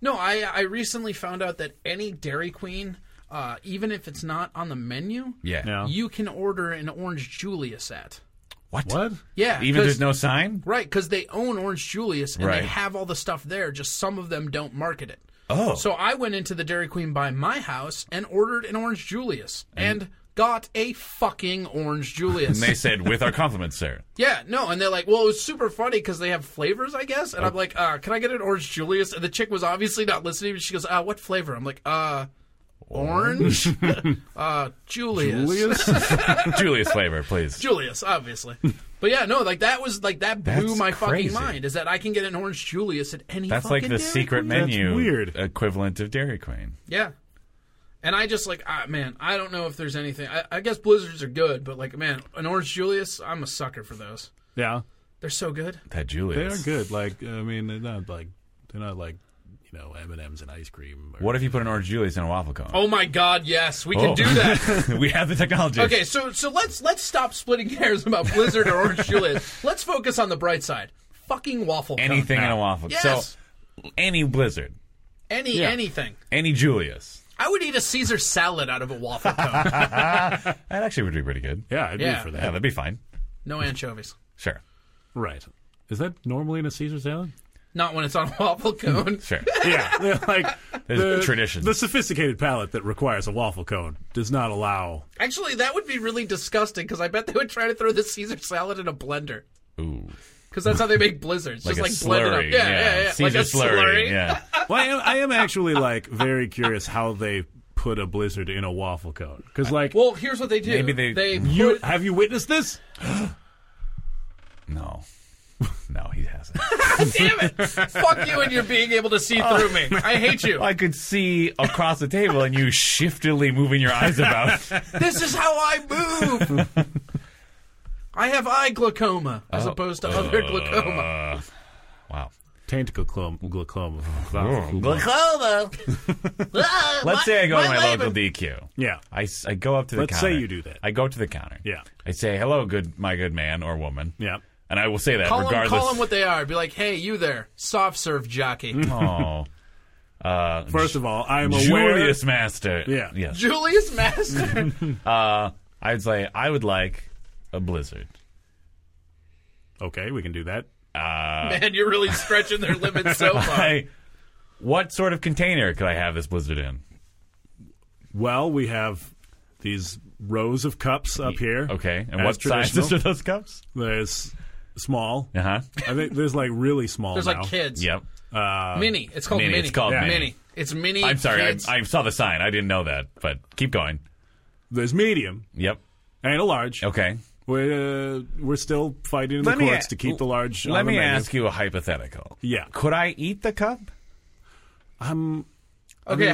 no, I I recently found out that any Dairy Queen, uh, even if it's not on the menu, Yeah. Yeah. you can order an orange Julius at. What? What? Yeah, Even if 'cause- there's no sign? Right, because they own Orange Julius and Right. they have all the stuff there. Just some of them don't market it. Oh. So I went into the Dairy Queen by my house and ordered an Orange Julius and, got a fucking Orange Julius. And <laughs> <laughs> they said, with our compliments, sir. yeah, no, and they're like, well, it was super funny because they have flavors, I guess. And I'm like, uh, can I get an Orange Julius? And the chick was obviously not listening. But she goes, uh, what flavor? I'm like, uh, orange? <laughs> uh, Julius. Julius? Julius flavor, please. Julius, obviously. but yeah, no, like that was like that blew That's my crazy. fucking mind. Is that I can get an orange Julius at any. That's like fucking the Dairy secret Queen. menu weird. equivalent of Dairy Queen. Yeah, and I just like ah, man, I don't know if there's anything. I, I guess blizzards are good, but like man, an orange Julius, I'm a sucker for those. yeah. They're so good. That They are Julius. good. Like I mean, they're not like they're not like you know M and M's and ice cream. Or, What if you put an orange Julius in a waffle cone? Oh my god, yes, we Oh. can do that. <laughs> we have the technology. Okay, so so let's let's stop splitting <laughs> hairs about Blizzard or Orange Julius. Let's focus on the bright side. Fucking waffle. cone. Anything in a waffle. Yes. So any Blizzard, Any anything. any Julius. I would eat a Caesar salad out of a waffle <laughs> cone. That actually would be pretty good. Yeah, I'd Yeah. be for Yeah, that. that'd be fine. No anchovies. Sure. <laughs> Right. Is that normally in a Caesar salad? Not when it's on a waffle cone. <laughs> Sure. Yeah, <laughs> like There's traditions. The sophisticated palate that requires a waffle cone does not allow. Actually, that would be really disgusting because I bet they would try to throw the Caesar salad in a blender Ooh. because that's how they make blizzards. Like just like a blend it up. slurry. Yeah, yeah, yeah. like Caesar a slurry. Yeah. <laughs> Well, I am, I am actually like very curious how they put a blizzard in a waffle cone because like Well, here's what they do. Maybe they- they put, you have you witnessed this? No. No, he hasn't. <laughs> damn it! Fuck you and you're being able to <laughs> see through me. I hate you. Oh, I could see across the table and you shiftily moving your eyes <laughs> about. This is how I move. I have eye glaucoma as Oh. opposed to other glaucoma. <laughs> Wow. Tentacle glom- glaucoma. Oh, Glaucoma. Ah, Let's say I go to my local DQ. Yeah. I, s- I go up to the Let's counter. say you do that. I go up to the counter. Yeah. I say, hello, good my good man or woman. Yeah. And I will say that Call them, regardless. call them what they are. Be like, hey, you there, soft serve jockey, <laughs> oh. Uh, First of all, I <laughs> am aware. Julius Master. Yeah. <laughs> Yes. Julius <laughs> Master. Uh, I'd say I would like a blizzard. Okay, we can do that. Man, you're really stretching their limits so far. Uh, <laughs> I, what sort of container could I have this blizzard in? Well, we have these rows of cups up here. Okay. And As what <laughs> sizes are traditional. those cups? There's small. Uh huh. I think there's like really small. There's now. like kids. Yep. Mini. It's called Mini. mini. It's called Yeah. mini. Mini. It's mini. I'm sorry. I, kids. I saw the sign. I didn't know that, but keep going. There's medium Yep. and a large. Okay. We're uh, we're still fighting in the Let me courts a- to keep the large. Let on the me menu. ask you a hypothetical. Yeah. Could I eat the cup? okay, mean,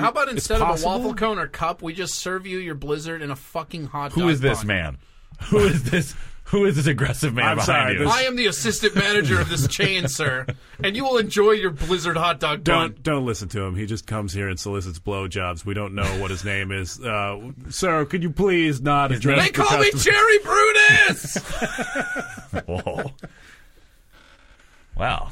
how about it's instead of a possible? waffle cone or cup, we just serve you your blizzard in a fucking hot dog? Who is this bun? man? <laughs> Who is this? Who is this aggressive man I'm behind sorry, you? this- I am the assistant manager of this chain, sir, and you will enjoy your blizzard hot dog bun. Don't don't listen to him. He just comes here and solicits blowjobs. We don't know what his name is. Uh, sir, could you please not address They the call me customer- Cherry Brutus. Whoa. Wow.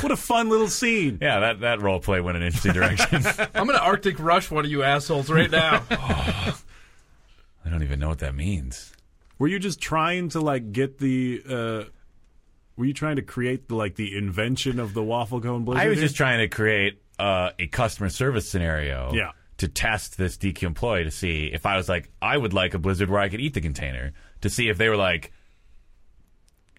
What a fun little scene. Yeah, that, that role play went in an interesting <laughs> direction. I'm gonna Arctic Rush one of you assholes right now. I don't even know what that means. Were you just trying to like get the? Uh, were you trying to create the, like the invention of the waffle cone blizzard? I was here? just trying to create uh, a customer service scenario Yeah. to test this DQ employee to see if I was like, I would like a blizzard where I could eat the container to see if they were like,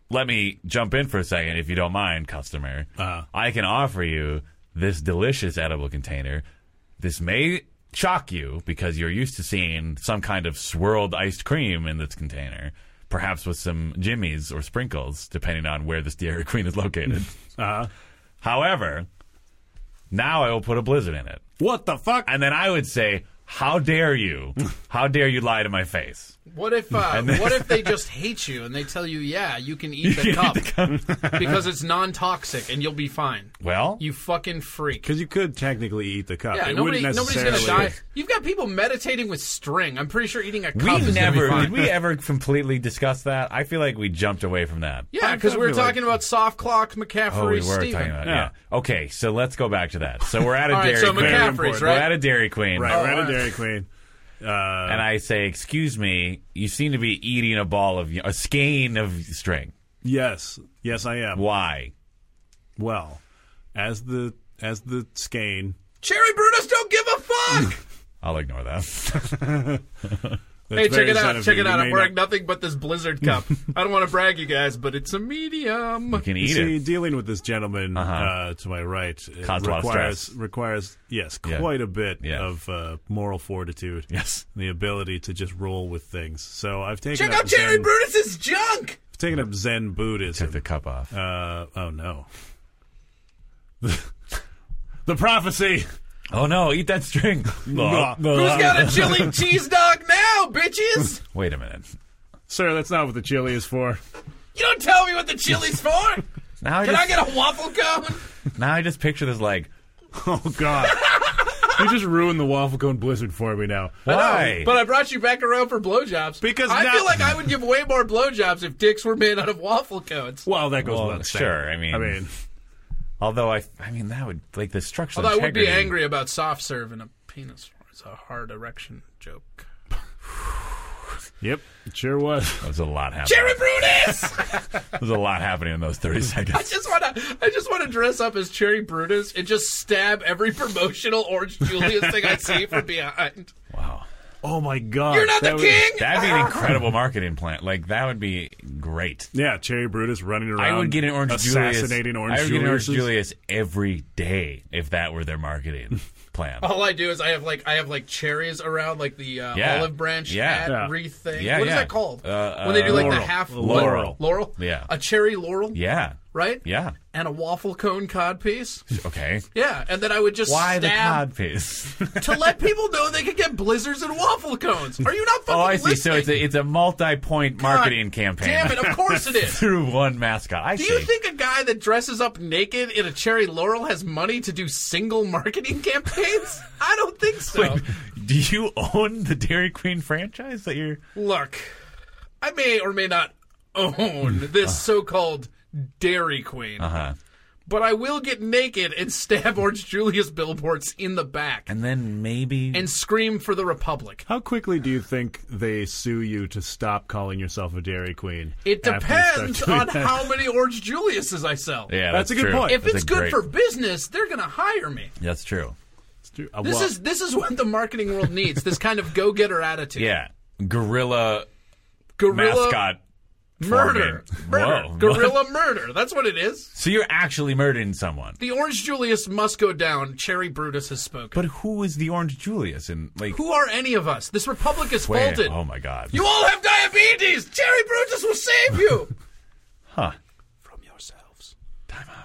let me jump in for a second if you don't mind, customer. Uh-huh. I can offer you this delicious edible container. This may shock you because you're used to seeing some kind of swirled iced cream in this container. Perhaps with some jimmies or sprinkles, depending on where this Dairy Queen is located. However, now I will put a blizzard in it. What the fuck? And then I would say, How dare you? How dare you lie to my face? What if uh, what if they just hate you and they tell you, yeah, you can eat, the, cup because it's non-toxic and you'll be fine. Well, You fucking freak. Because you could technically eat the cup. Yeah, it nobody, wouldn't nobody's necessarily. gonna die. You've got people meditating with string. I'm pretty sure eating a we cup is never gonna be did fine. we ever completely discuss that? I feel like we jumped away from that. yeah, because we were I feel like- talking about soft clock McCaffrey. Oh, we were Steven. talking about Yeah. yeah. Okay, so let's go back to that. So we're at <laughs> a All right, Dairy so Queen. McCaffrey's We're at right. a Dairy Queen. Right, we're at alright. a Dairy Queen. And I say, "Excuse me, you seem to be eating a ball of a skein of string. Yes, yes, I am. Why?" Well, as the as the skein. Cherry Brutus don't give a <laughs> fuck. I'll ignore that. <laughs> that's hey, check very it son out. of Check you, it you out. I'm may wearing not- nothing but this Blizzard <laughs> cup. I don't want to brag, you guys, but it's a medium. You can You eat see, it. dealing with this gentleman Uh-huh. uh, to my right it Caused a lot of requires stress. requires yes Yeah. quite a bit Yeah. of uh, moral fortitude. Yes. the ability to just roll with things. So I've taken Check up out Cherry Zen, Brutus's junk. I've taken up Zen Buddhism. Took the cup off. Uh, oh no. <laughs> the prophecy. Oh no, eat <laughs> that string. Oh, Uh, Who's got <laughs> a chili cheese dog now, bitches? Wait a minute. Sir, that's not what the chili <laughs> is for. You don't tell me what the <laughs> chili's for. Now I, Can I just, get a waffle cone? now I just picture this like, Oh God. <laughs> you just ruined the waffle cone blizzard for me now. why? But I brought you back around for blowjobs Because I now- feel like I would give way more blowjobs if dicks were made out of waffle cones. Well, that goes Well, without saying. sure, I mean- I mean, Although I, I mean that would like the structural. Although I would be integrity- angry about soft serve and a penis. It's a hard erection joke. yep, it sure was. That was a lot happening. Jerry Brutus. There's a lot happening in <laughs> those 30 I seconds. just want to. I just want to dress up as Cherry Brutus and just stab every <laughs> promotional Orange Julius thing I see from behind. Wow. Oh my god! You're not the that was- king. That'd be an incredible marketing plan. Like, that would be great. Yeah, Cherry Brutus running around. Um, I would get an orange assassinating Julius. orange I would get an orange Juliuses. Julius every day if that were <laughs> their marketing plan. All I do is I have like I have like cherries around like the uh, Yeah. olive branch Yeah. hat Yeah. wreath thing. Yeah, What is yeah. that called? Uh, when they do uh, like the laurel. half Laurel. laurel, Yeah. a cherry laurel, Yeah. right? Yeah. and a waffle cone cod piece. Okay. Yeah, and then I would just Why the stab cod piece? to let people know they could get blizzards and waffle cones. Are you not fucking <laughs> <laughs> oh, I see. listening? So it's a, it's a multi point God marketing campaign. Damn it! Of course it is. <laughs> Through one mascot. I Do see. you think a guy that dresses up naked in a cherry laurel has money to do single marketing <laughs> campaigns? I don't think so. Wait, do you own the Dairy Queen franchise that you're. Look, I may or may not own this so-called Dairy Queen, Uh-huh. but I will get naked and stab Orange Julius billboards in the back And then maybe. and scream for the Republic. How quickly do you think they sue you to stop calling yourself a Dairy Queen? It after you start depends doing on that? <laughs> how many Orange Juliuses I sell. yeah, That's that's, a good true. point. If That's it's a good great- for business, they're going to hire me. That's true. Uh, This well, is this is what the marketing world needs. This kind of go-getter attitude. Yeah. Gorilla Guerrilla mascot. murder. <laughs> forming. Murder. Whoa. <laughs> Guerrilla murder. That's what it is. So you're actually murdering someone. The Orange Julius must go down. Cherry Brutus has spoken. But who is the Orange Julius? And like, Who are any of us? This republic is where- faulted. Oh my God. You all have diabetes. Cherry Brutus will save <laughs> you. huh? From yourselves. Time out.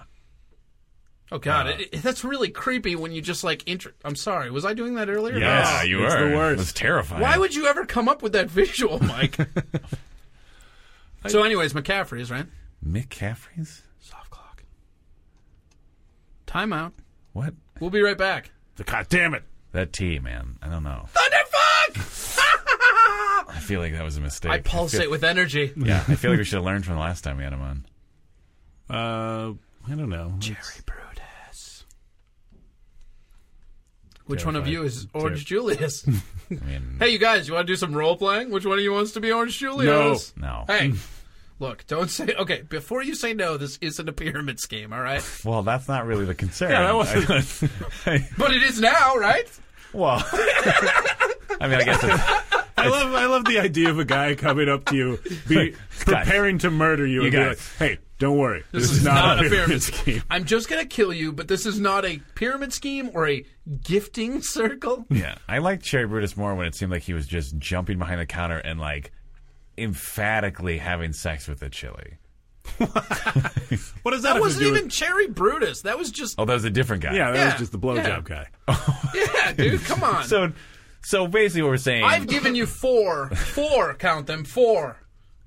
Oh God, it, it- that's really creepy. When you just like intro. I'm sorry. Was I doing that earlier? Yeah, you it's were. the worst. It's terrifying. Why would you ever come up with that <laughs> visual, Mike? so, anyways, McCaffrey's right. Mick Caffrey's? Soft clock. Timeout. What? We'll be right back. God damn it! That T, man. I don't know. Thunderfuck! I feel like that was a <laughs> mistake. I pulsate feel- with energy. Yeah, I feel like we should have learned from the last time we had him on. Uh, I don't know. Cherry Brutus. Which one of you is Orange <laughs> Julius? I mean, hey, you guys, you want to do some role playing? Which one of you wants to be Orange Julius? no. Hey, look, don't say. Okay, before you say no, this isn't a pyramid scheme, all right? Well, that's not really the concern. Yeah, <laughs> that wasn't. But it is now, right? <laughs> well, <laughs> I mean, I guess it's, I love I love the idea of a guy coming up <laughs> to you, be preparing to murder you, and be like, guys. "Hey, don't worry, this, is not a pyramid <laughs> scheme." I'm just gonna kill you, but this is not a pyramid scheme or a gifting <laughs> circle. yeah. I liked Cherry Brutus more when it seemed like he was just jumping behind the counter and like emphatically having sex with the chili. What does that, That have wasn't to do even with? Cherry Brutus. That was just Oh, that was a different guy. Yeah, that Yeah, was just the blowjob yeah. guy. yeah, dude. Come on. So, so basically, what we're saying, I've given you four, four, count them, four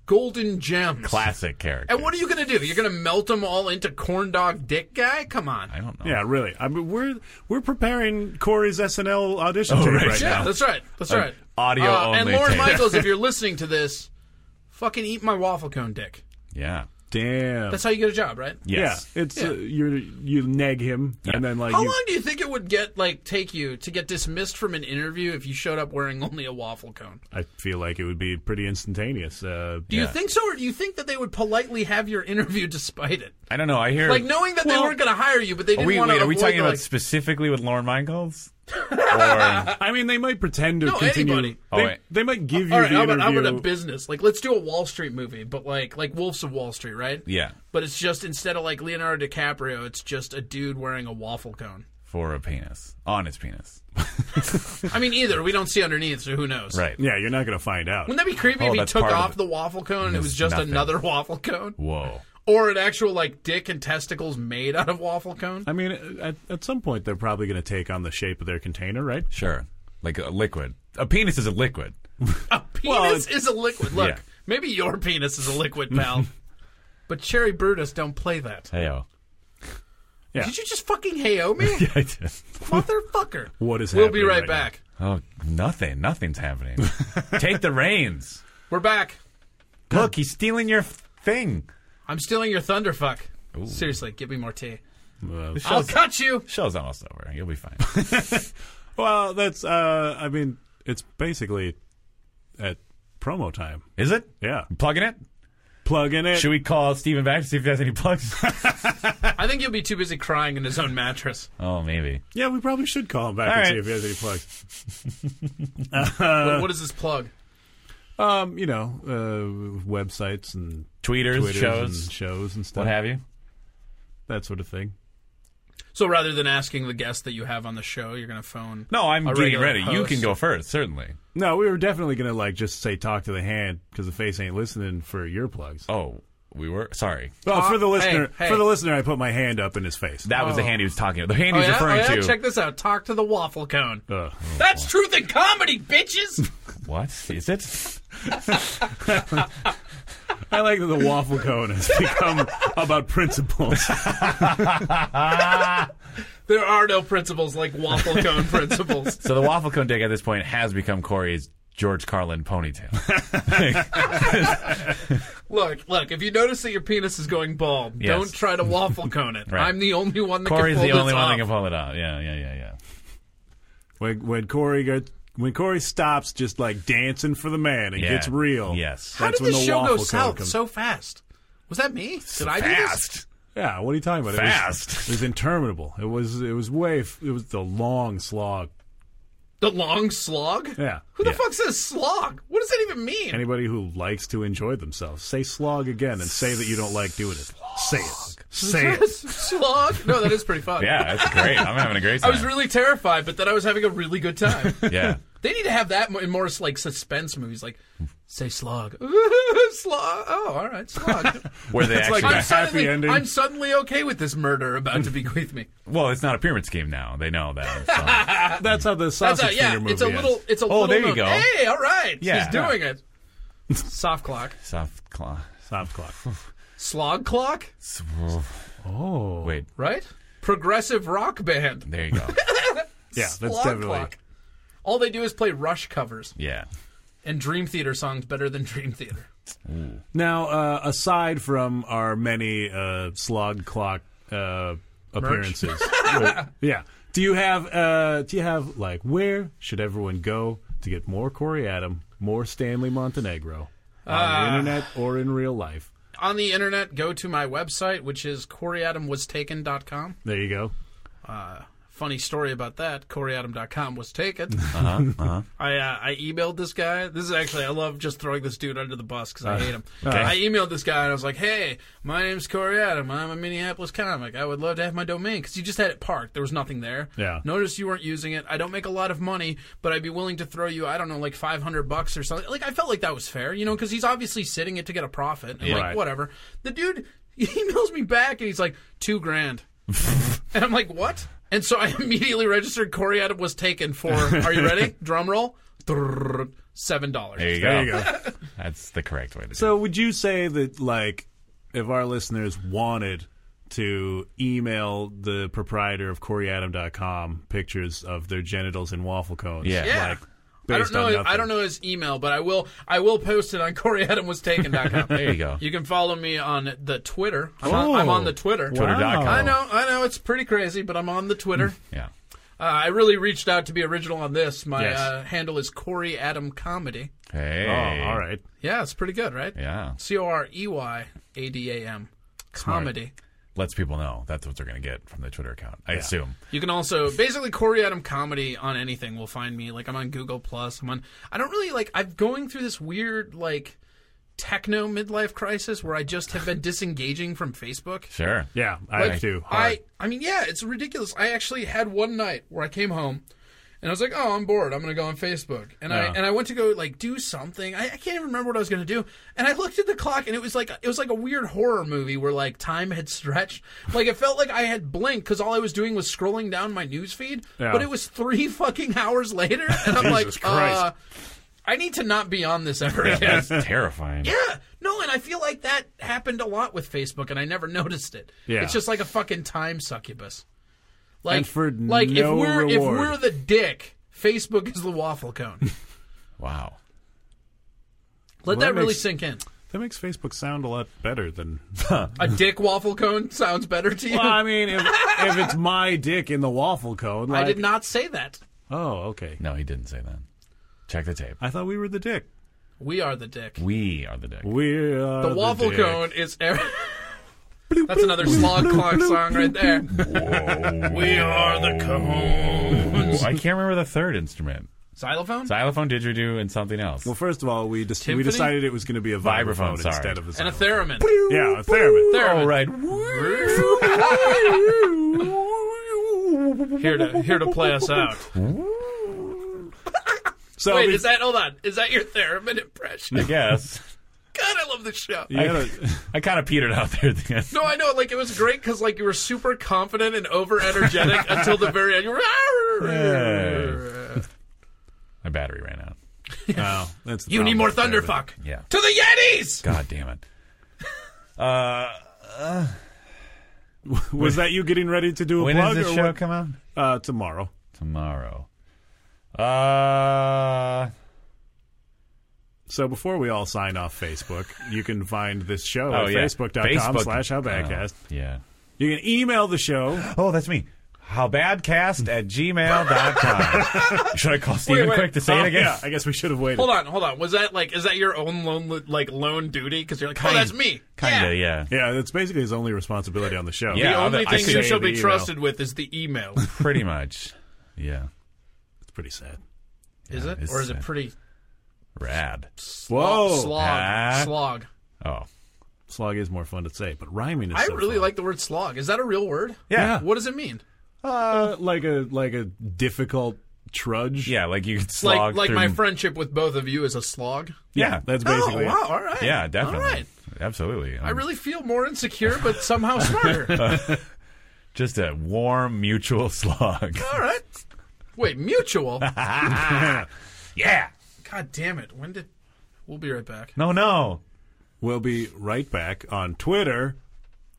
golden gems. classic character. And what are you gonna do? You're gonna melt them all into corn dog dick guy? Come on. I don't know. Yeah, really. I mean, we're we're preparing Corey's SNL audition tape Oh, right. right, yeah, now. that's right. That's Like, right. audio uh, And only Lauren tape. Michaels, <laughs> if you're listening to this, fucking eat my waffle cone dick. Yeah. Damn. That's how you get a job, right? Yes. Yeah, it's Yeah. Uh, you you neg him and then like How you, long do you think it would get like take you to get dismissed from an interview if you showed up wearing <laughs> only a waffle cone? I feel like it would be pretty instantaneous. Uh, Do you think so, or do you think that they would politely have your <laughs> interview despite it? I don't know. I hear. Like knowing that Well- they weren't going to hire you, but they are didn't we, want to. wait, are we talking about like, specifically with <laughs> Lauren Michaels? or I mean, they might pretend to No, continue. anybody. They, Oh, wait. they might give you All right, the how interview. about, how about a business? Like, let's do a Wall Street movie, but like like Wolves of Wall Street, right? yeah, But it's just instead of like Leonardo DiCaprio, it's just a dude wearing a waffle cone. for a penis, on his penis. I mean, either we don't see underneath, so who knows? Right. yeah, you're not going to find out. Wouldn't that be creepy Oh, if he that's took part of off it. the waffle cone and it It's was just nothing. another <laughs> waffle cone? Whoa. Or an actual like dick and testicles made out of waffle cone? I mean, uh, at, at some point they're probably going to take on the shape of their container, right? Sure. Like a liquid. A penis is a liquid. A penis is a liquid. Look, Yeah. maybe your penis is a <laughs> liquid, pal. but Cherry Brutus don't play that. Hey, <laughs> oh. Yeah. Did you just fucking heyo me? I did. <laughs> Motherfucker. What is We'll be happening right, right back. Oh, nothing. Nothing's happening. Take the reins. We're back. Look, he's stealing your f- thing. I'm stealing your thunderfuck. Seriously, give me more tea. Uh, I'll cut you. Show's almost over. You'll be fine. <laughs> well, that's. Uh, I mean, it's basically at promo time. Is it? Yeah. Plugging it? plug in it. Should we call Steven back to see if he has any plugs? <laughs> I think he'll be too busy crying in his own mattress. oh, maybe. yeah, we probably should call him back All and right. see if he has any plugs. Uh. What- what is this plug? Um, you know, uh, websites and Tweeters, Twitters shows, and shows and stuff. what have you. that sort of thing. So rather than asking the guest that you have on the show, you're going to phone. No, I'm A getting regular ready. You can host. go first, certainly. No, we were definitely gonna like just say talk to the hand because the face ain't listening for your plugs. Oh, we were? Sorry. Well, for the Hey, listener, hey. for the listener, I put my hand up in his face. That was the hand he was talking about. The hand Oh, he was yeah? referring Oh, yeah? to. Uh, oh, Check this out. Talk to the waffle cone. Ugh. That's truth and comedy, <laughs> bitches. What? Is it? I like that the waffle <laughs> cone has become about principles. there are no principles like waffle cone <laughs> principles. So the waffle cone dick at this point has become Corey's George <laughs> Carlin ponytail. Look, look. If you notice that your penis is going bald, Yes. don't try to waffle cone it. <laughs> Right. I'm the only one that Corey's can pull the only this one off. that can pull it off. Yeah, yeah, yeah, yeah. when when Corey gets when Corey stops just like dancing for the man and Yeah. gets real. Yes. How that's did when this the show waffle go cone south comes. so fast? Was that me? Did I do this? Fast. yeah, what are you talking about? It was- It was, <laughs> Fast. interminable. It was it was way f- it was the long slog. The long slog? Yeah. Who the Yeah. fuck says slog? What does that even mean? Anybody who likes to enjoy themselves, say slog again and say that you don't like doing it. Say it. Say <laughs> it. slog? No, that is pretty fun. <laughs> Yeah, that's great. I'm having a great I time. was really terrified, but then I was having a really good <laughs> time. Yeah. they need to have that mo- in more like suspense movies, like say slog, <laughs> slog. Oh, all right, <laughs> slog. Where they It's like actually. I'm Happy suddenly, ending. I'm suddenly okay with this murder about to <laughs> bequeath me. well, it's not a pyramid scheme now. They know that. <laughs> So. That's how the sausage That's a, yeah, finger movie it's a little, is. it's a Oh, little. there you known- go. Hey, all right, Yeah. he's doing it. Soft clock, Soft claw. Soft clock. slog clock, Oh, Wait, right? Progressive rock band. there you <laughs> go. yeah, that's Slog definitely. clock. All they do is play Rush covers Yeah. and Dream Theater songs better than <laughs> Dream Theater. Now, uh, aside from our many uh, slog clock uh, <laughs> appearances, Well, yeah, do you have uh, do you have like where should everyone go to get more Corey Adam, more Stanley Montenegro on Uh, the internet or in real life? On the internet, go to my website, which is CoreyAdamWasTaken.com. There you go. Funny story about that. CoreyAdam.com was taken. <laughs> Uh-huh, I uh, I emailed this guy. This is actually I love just throwing this dude under the bus because Uh-huh. I hate him. I emailed this guy and I was like, "Hey, my name's Corey Adam. I'm a Minneapolis comic. I would love to have my domain because he just had it parked. There was nothing there. Yeah. Notice you weren't using it. I don't make a lot of money, but I'd be willing to throw you I don't know like 500 bucks or something. Like I felt like that was fair, you know, because he's obviously sitting it to get a profit and like Right. whatever. The dude <laughs> emails me back and he's like two grand. And I'm like, what? And so I <laughs> immediately registered Corey Adam was taken for, are you ready? Drum roll. Drrrr, Seven There dollars. you go. There you go. That's the correct way to do it. So, would you say that, like, if our listeners wanted to email the proprietor of CoreyAdam.com pictures of their genitals in waffle cones, Yeah. Yeah. like, I based don't know. on I don't nothing? know his email, but I will. I will post it on <laughs> CoreyAdamWasTaken.com. There you go. You can follow me on the Twitter. I'm, on, I'm on the Twitter. Twitter.com. I know. I know. It's pretty crazy, but I'm on the Twitter. Yeah. Uh, I really reached out to be original on this. My Yes. uh, handle is Corey Adam Comedy. Hey. Oh, all right. Yeah, it's pretty good, right? Yeah. C O R E Y A D A M comedy. Lets people know. That's what they're going to get from the Twitter account, I assume. You can also basically Corey Adam comedy on anything will find me. Like I'm on Google Plus. I'm on. I don't really like. I'm going through this weird like techno midlife crisis where I just have been disengaging from Facebook. Sure. Yeah, <laughs> I Like, have too. I I mean, yeah, it's ridiculous. I actually had one night where I came home and I was like, "Oh, I'm bored. I'm gonna go on Facebook." And I and I went to go like do something. I, I can't even remember what I was gonna do. And I looked at the clock, and it was like it was like a weird horror movie where like time had stretched. Like it felt like I had blinked because all I was doing was scrolling down my news feed. Yeah. But it was three <laughs> fucking hours later, and I'm like, Jesus Christ. Uh, I need to not be on this <laughs> ever again. That's terrifying. Yeah. No, and I feel like that happened a lot with Facebook, and I never <laughs> noticed it. Yeah. It's just like a fucking time succubus. Like, And for like no if we're reward. if we're the dick, Facebook is the waffle <laughs> cone. Wow. Let Well, that, that really makes- sink in. that makes Facebook sound a lot <laughs> better than. A dick waffle cone sounds better to you. well, I mean, if, if it's my dick in the waffle cone, I like, did not say that. Oh, okay. No, he didn't say that. Check the tape. I thought we were the dick. We are the dick. We are the dick. We are The waffle dick. cone is. <laughs> Every- That's another slog clog song right there. we are the cones. I can't remember the third instrument. Xylophone. Xylophone, didgeridoo, and something else. <laughs> Well, first of all, we just we Timpani? decided it was going to be a Vibraphone, vibraphone, sorry. instead of a and a xylophone. theremin. yeah, a theremin. Theremin. All right. Here to here to play us <laughs> out. So Wait, be- is that hold on? Is that your theremin <laughs> impression? I guess. God, I love this show. you gotta- <laughs> I kind of petered out there at the end. No, I know. Like it was great because like you were super confident and over <laughs> energetic until the very end. You were. My battery ran out. oh, that's the You need problem more with theremin. thunderfuck. Yeah. To the Yetis. God damn it. Was that you getting ready to do a When does plug this or show what? come out? Uh, tomorrow. Tomorrow. Uh, So before we all sign off Facebook, you can find this show oh at yeah. facebook.com Facebook. slash howbadcast. Oh, yeah. You can email the <laughs> show. Oh, that's me. Howbadcast at gmail.com. Should I call Steven wait. quick to say Oh, it again? Yeah, I guess we should have waited. Hold on, hold on. Was that like is that your own lone like lone duty? Because you're like, oh, that's me. Kinda, yeah. Yeah, that's basically his only responsibility on the show. The Yeah. I'll- only I thing see you the shall be email. trusted with is the <laughs> email. Pretty much. Yeah. It's pretty sad. Is it it's or is it sad. pretty Rad. Whoa. slog? Ah. Slog. Oh. Slog is more fun to say, but rhyming is I so really fun. like the word slog. Is that a real word? Yeah. What does it mean? Uh, like a like a difficult trudge. Yeah, like you could slog Like like through- my friendship with both of you is a slog. Yeah. That's Oh basically it. wow! All right. yeah, definitely. All right. Absolutely. I really feel more insecure, but somehow <laughs> smarter. just a warm mutual <laughs> slog. All right. Wait, <laughs> mutual. yeah. God damn it! When did? We'll be right back. No, no. We'll be right back on Twitter.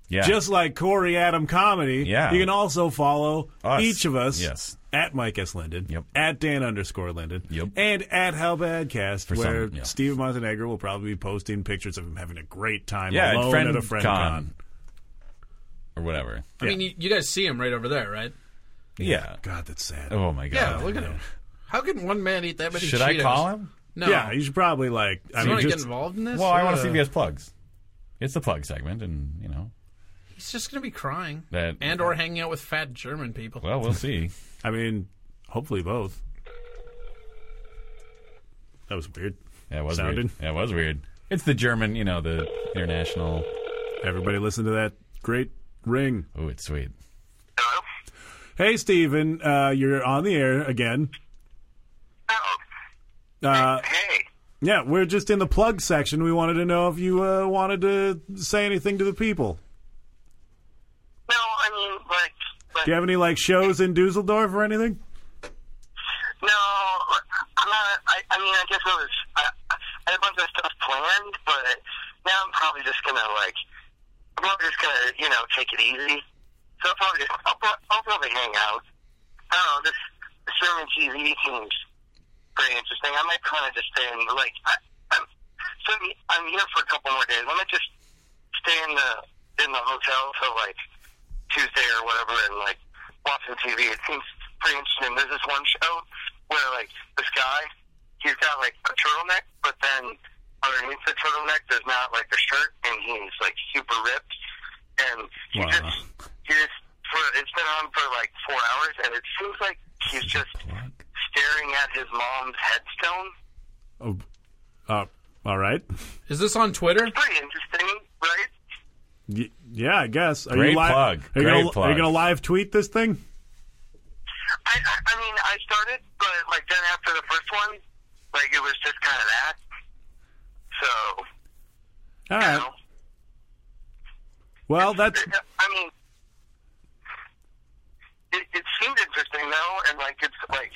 Yeah. Just like Corey Adam Comedy, Yeah. you can also follow Us. each of us Yes. at Mike S. Linden, Yep. at Dan underscore Linden, Yep. and at How Badcast, For some- where yeah. Steve Montenegro will probably be posting pictures of him having a great time yeah, alone friend at a friend con. con. Or whatever. I mean, you, you guys see him right over there, right? Yeah. God, that's sad. Oh my Yeah. god. look at him. How can one man eat that many? Should I Cheetos? call him? No. Yeah, you should probably like. I you mean, want to get just involved in this? Well, I want Uh, to see if he has plugs. It's the plug segment, and you know He's just going to be crying that. and or hanging out with fat German people. well, we'll see. I mean, hopefully both. That was weird. That was Sounded. weird. That was weird. It's the German, you know, the international. Everybody, listen to that great ring. Oh, it's sweet. Hello? Hey, Steven, uh, you're on the air again. Oh, Uh, hey. Yeah, we're just in the plug section. We wanted to know if you uh, wanted to say anything to the people. No, I mean, like, like Do you have any like shows in Dusseldorf or anything? no, I'm not, I, I mean, I guess I was, I, I had a bunch of stuff planned, but now I'm probably just going to, like, I'm probably just going to, you know, take it easy. So I'll probably just, I'll, pro- I'll probably hang out. I don't know, this, this German TV seems pretty interesting. I might kind of just stay in, like, I, I'm, so I'm, I'm here for a couple more days. I might just stay in the, in the hotel till, like, Tuesday or whatever and like watching TV. It seems pretty interesting. There's this one show where like this guy, he's got like a turtleneck, but then underneath the turtleneck there's not like a shirt, and he's like super ripped, and he Wow. just he just for it's been on for like four hours, and it seems like he's just staring at his mom's headstone. Oh, uh, all right. Is this on Twitter? Pretty interesting, right? Y- yeah, I guess. Are Great you li- plug. Are you Great gonna, plug. Are you gonna live tweet this thing? I, I, I mean, I started, but like then after the first one, like it was just kind of that. So, All you right. know, Well, that's I mean, it, it seemed interesting though, and like it's like,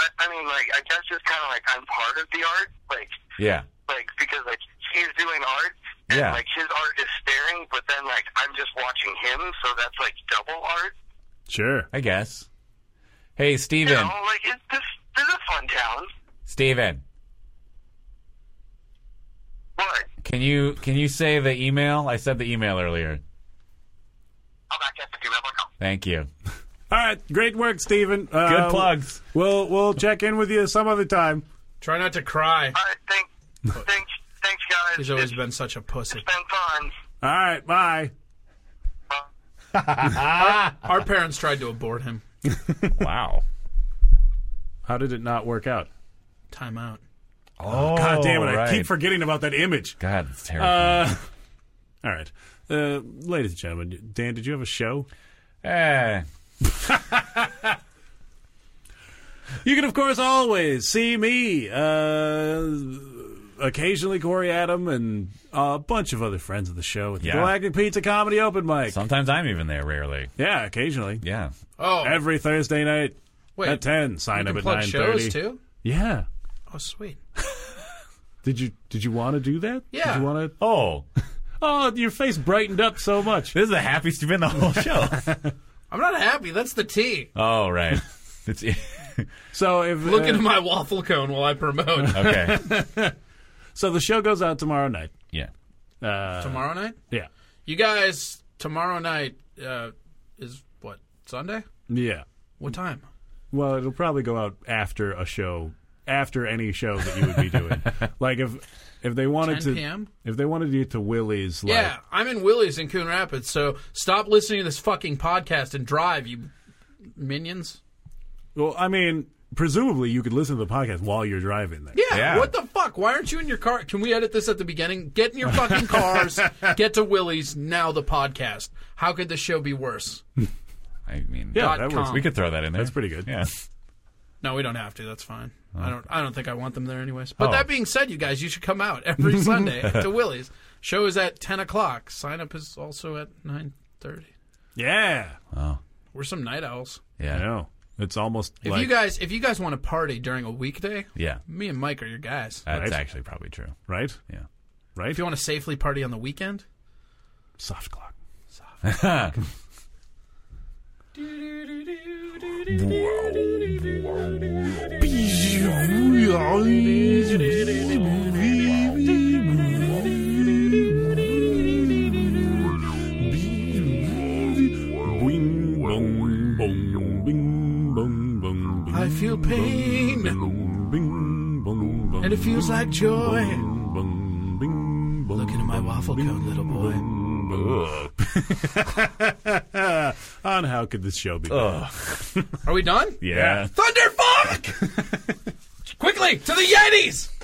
I, I mean, like I guess it's kind of like I'm part of the art, like Yeah. like because like he's doing art, and Yeah. like his art is staring, but then like I'm just watching him, so that's like double art. sure. I guess. Hey, You Steven. know, like it's this this is a fun town. Steven, What? can you can you say the email? I said the email earlier. I'll back up to gmail.com. Thank you. All right. Great work, Steven. Uh, Good plugs. We'll we'll check in with you some other time. Try not to cry. All right, thank, Thanks, thanks, guys. He's always it's been such a pussy. been fun. All right, bye. Our parents tried to abort him. Wow. How did it not work out? Time out. Oh, God damn it! right. I keep forgetting about that image. God, it's Uh, terrifying. All right, uh, ladies and gentlemen, Dan, did you have a show? Eh. You can, of course, always see me, uh, occasionally Corey Adam, and a bunch of other friends of the show at the Yeah. Galactic Pizza Comedy Open Mic. sometimes I'm even there. Rarely. yeah, occasionally. Yeah. Oh, Every Thursday night wait. at 10. Sign you up can at plug 9.30. shows too. Yeah. Oh, sweet. Did you did you want to do that? Yeah. Did you want to? Oh, Oh, your face brightened up so much. this is the happiest you've been the <laughs> whole show. I'm not happy. That's the tea. oh, right. It's <laughs> So if Look uh, into my waffle cone while I promote. <laughs> <laughs> okay. so, the show goes out tomorrow night. Yeah. tomorrow night? Yeah. You guys, tomorrow night uh, is what? Sunday? Yeah. What time? Well, it'll probably go out after a show, after any show that you would <laughs> be doing. like if if they 10 wanted to, p.m.? if they wanted you to Willie's, like, Yeah, I'm in Willie's in Coon Rapids, so stop listening to this fucking podcast and drive, you minions. Well, I mean, presumably you could listen to the podcast while you're driving there. Yeah, Yeah. what the fuck? Why aren't you in your car? Can we edit this at the beginning? Get in your fucking <laughs> cars, get to Willie's, now the podcast. How could the show be worse? I mean, Yeah, Dot that com. works. we could throw that in there. That's pretty good. Yeah. No, we don't have to. That's fine. I don't. I don't think I want them there anyways. But Oh. that being said, you guys, you should come out <laughs> every Sunday to Willie's. Show is at ten o'clock. Sign up is also at nine thirty. Yeah. We're some night owls. I Yeah. know. It's almost If like you guys, if you guys want to party during a weekday, Yeah. me and Mike are your guys. That's Right. actually probably <laughs> true. right, Yeah. right. If you want to safely party on the weekend, soft clock. I feel pain, and it feels like joy. Look into my waffle cone, little boy. <laughs> On how could this show be? Are we done? Yeah. Thunderfuck! Quickly to the Yetis.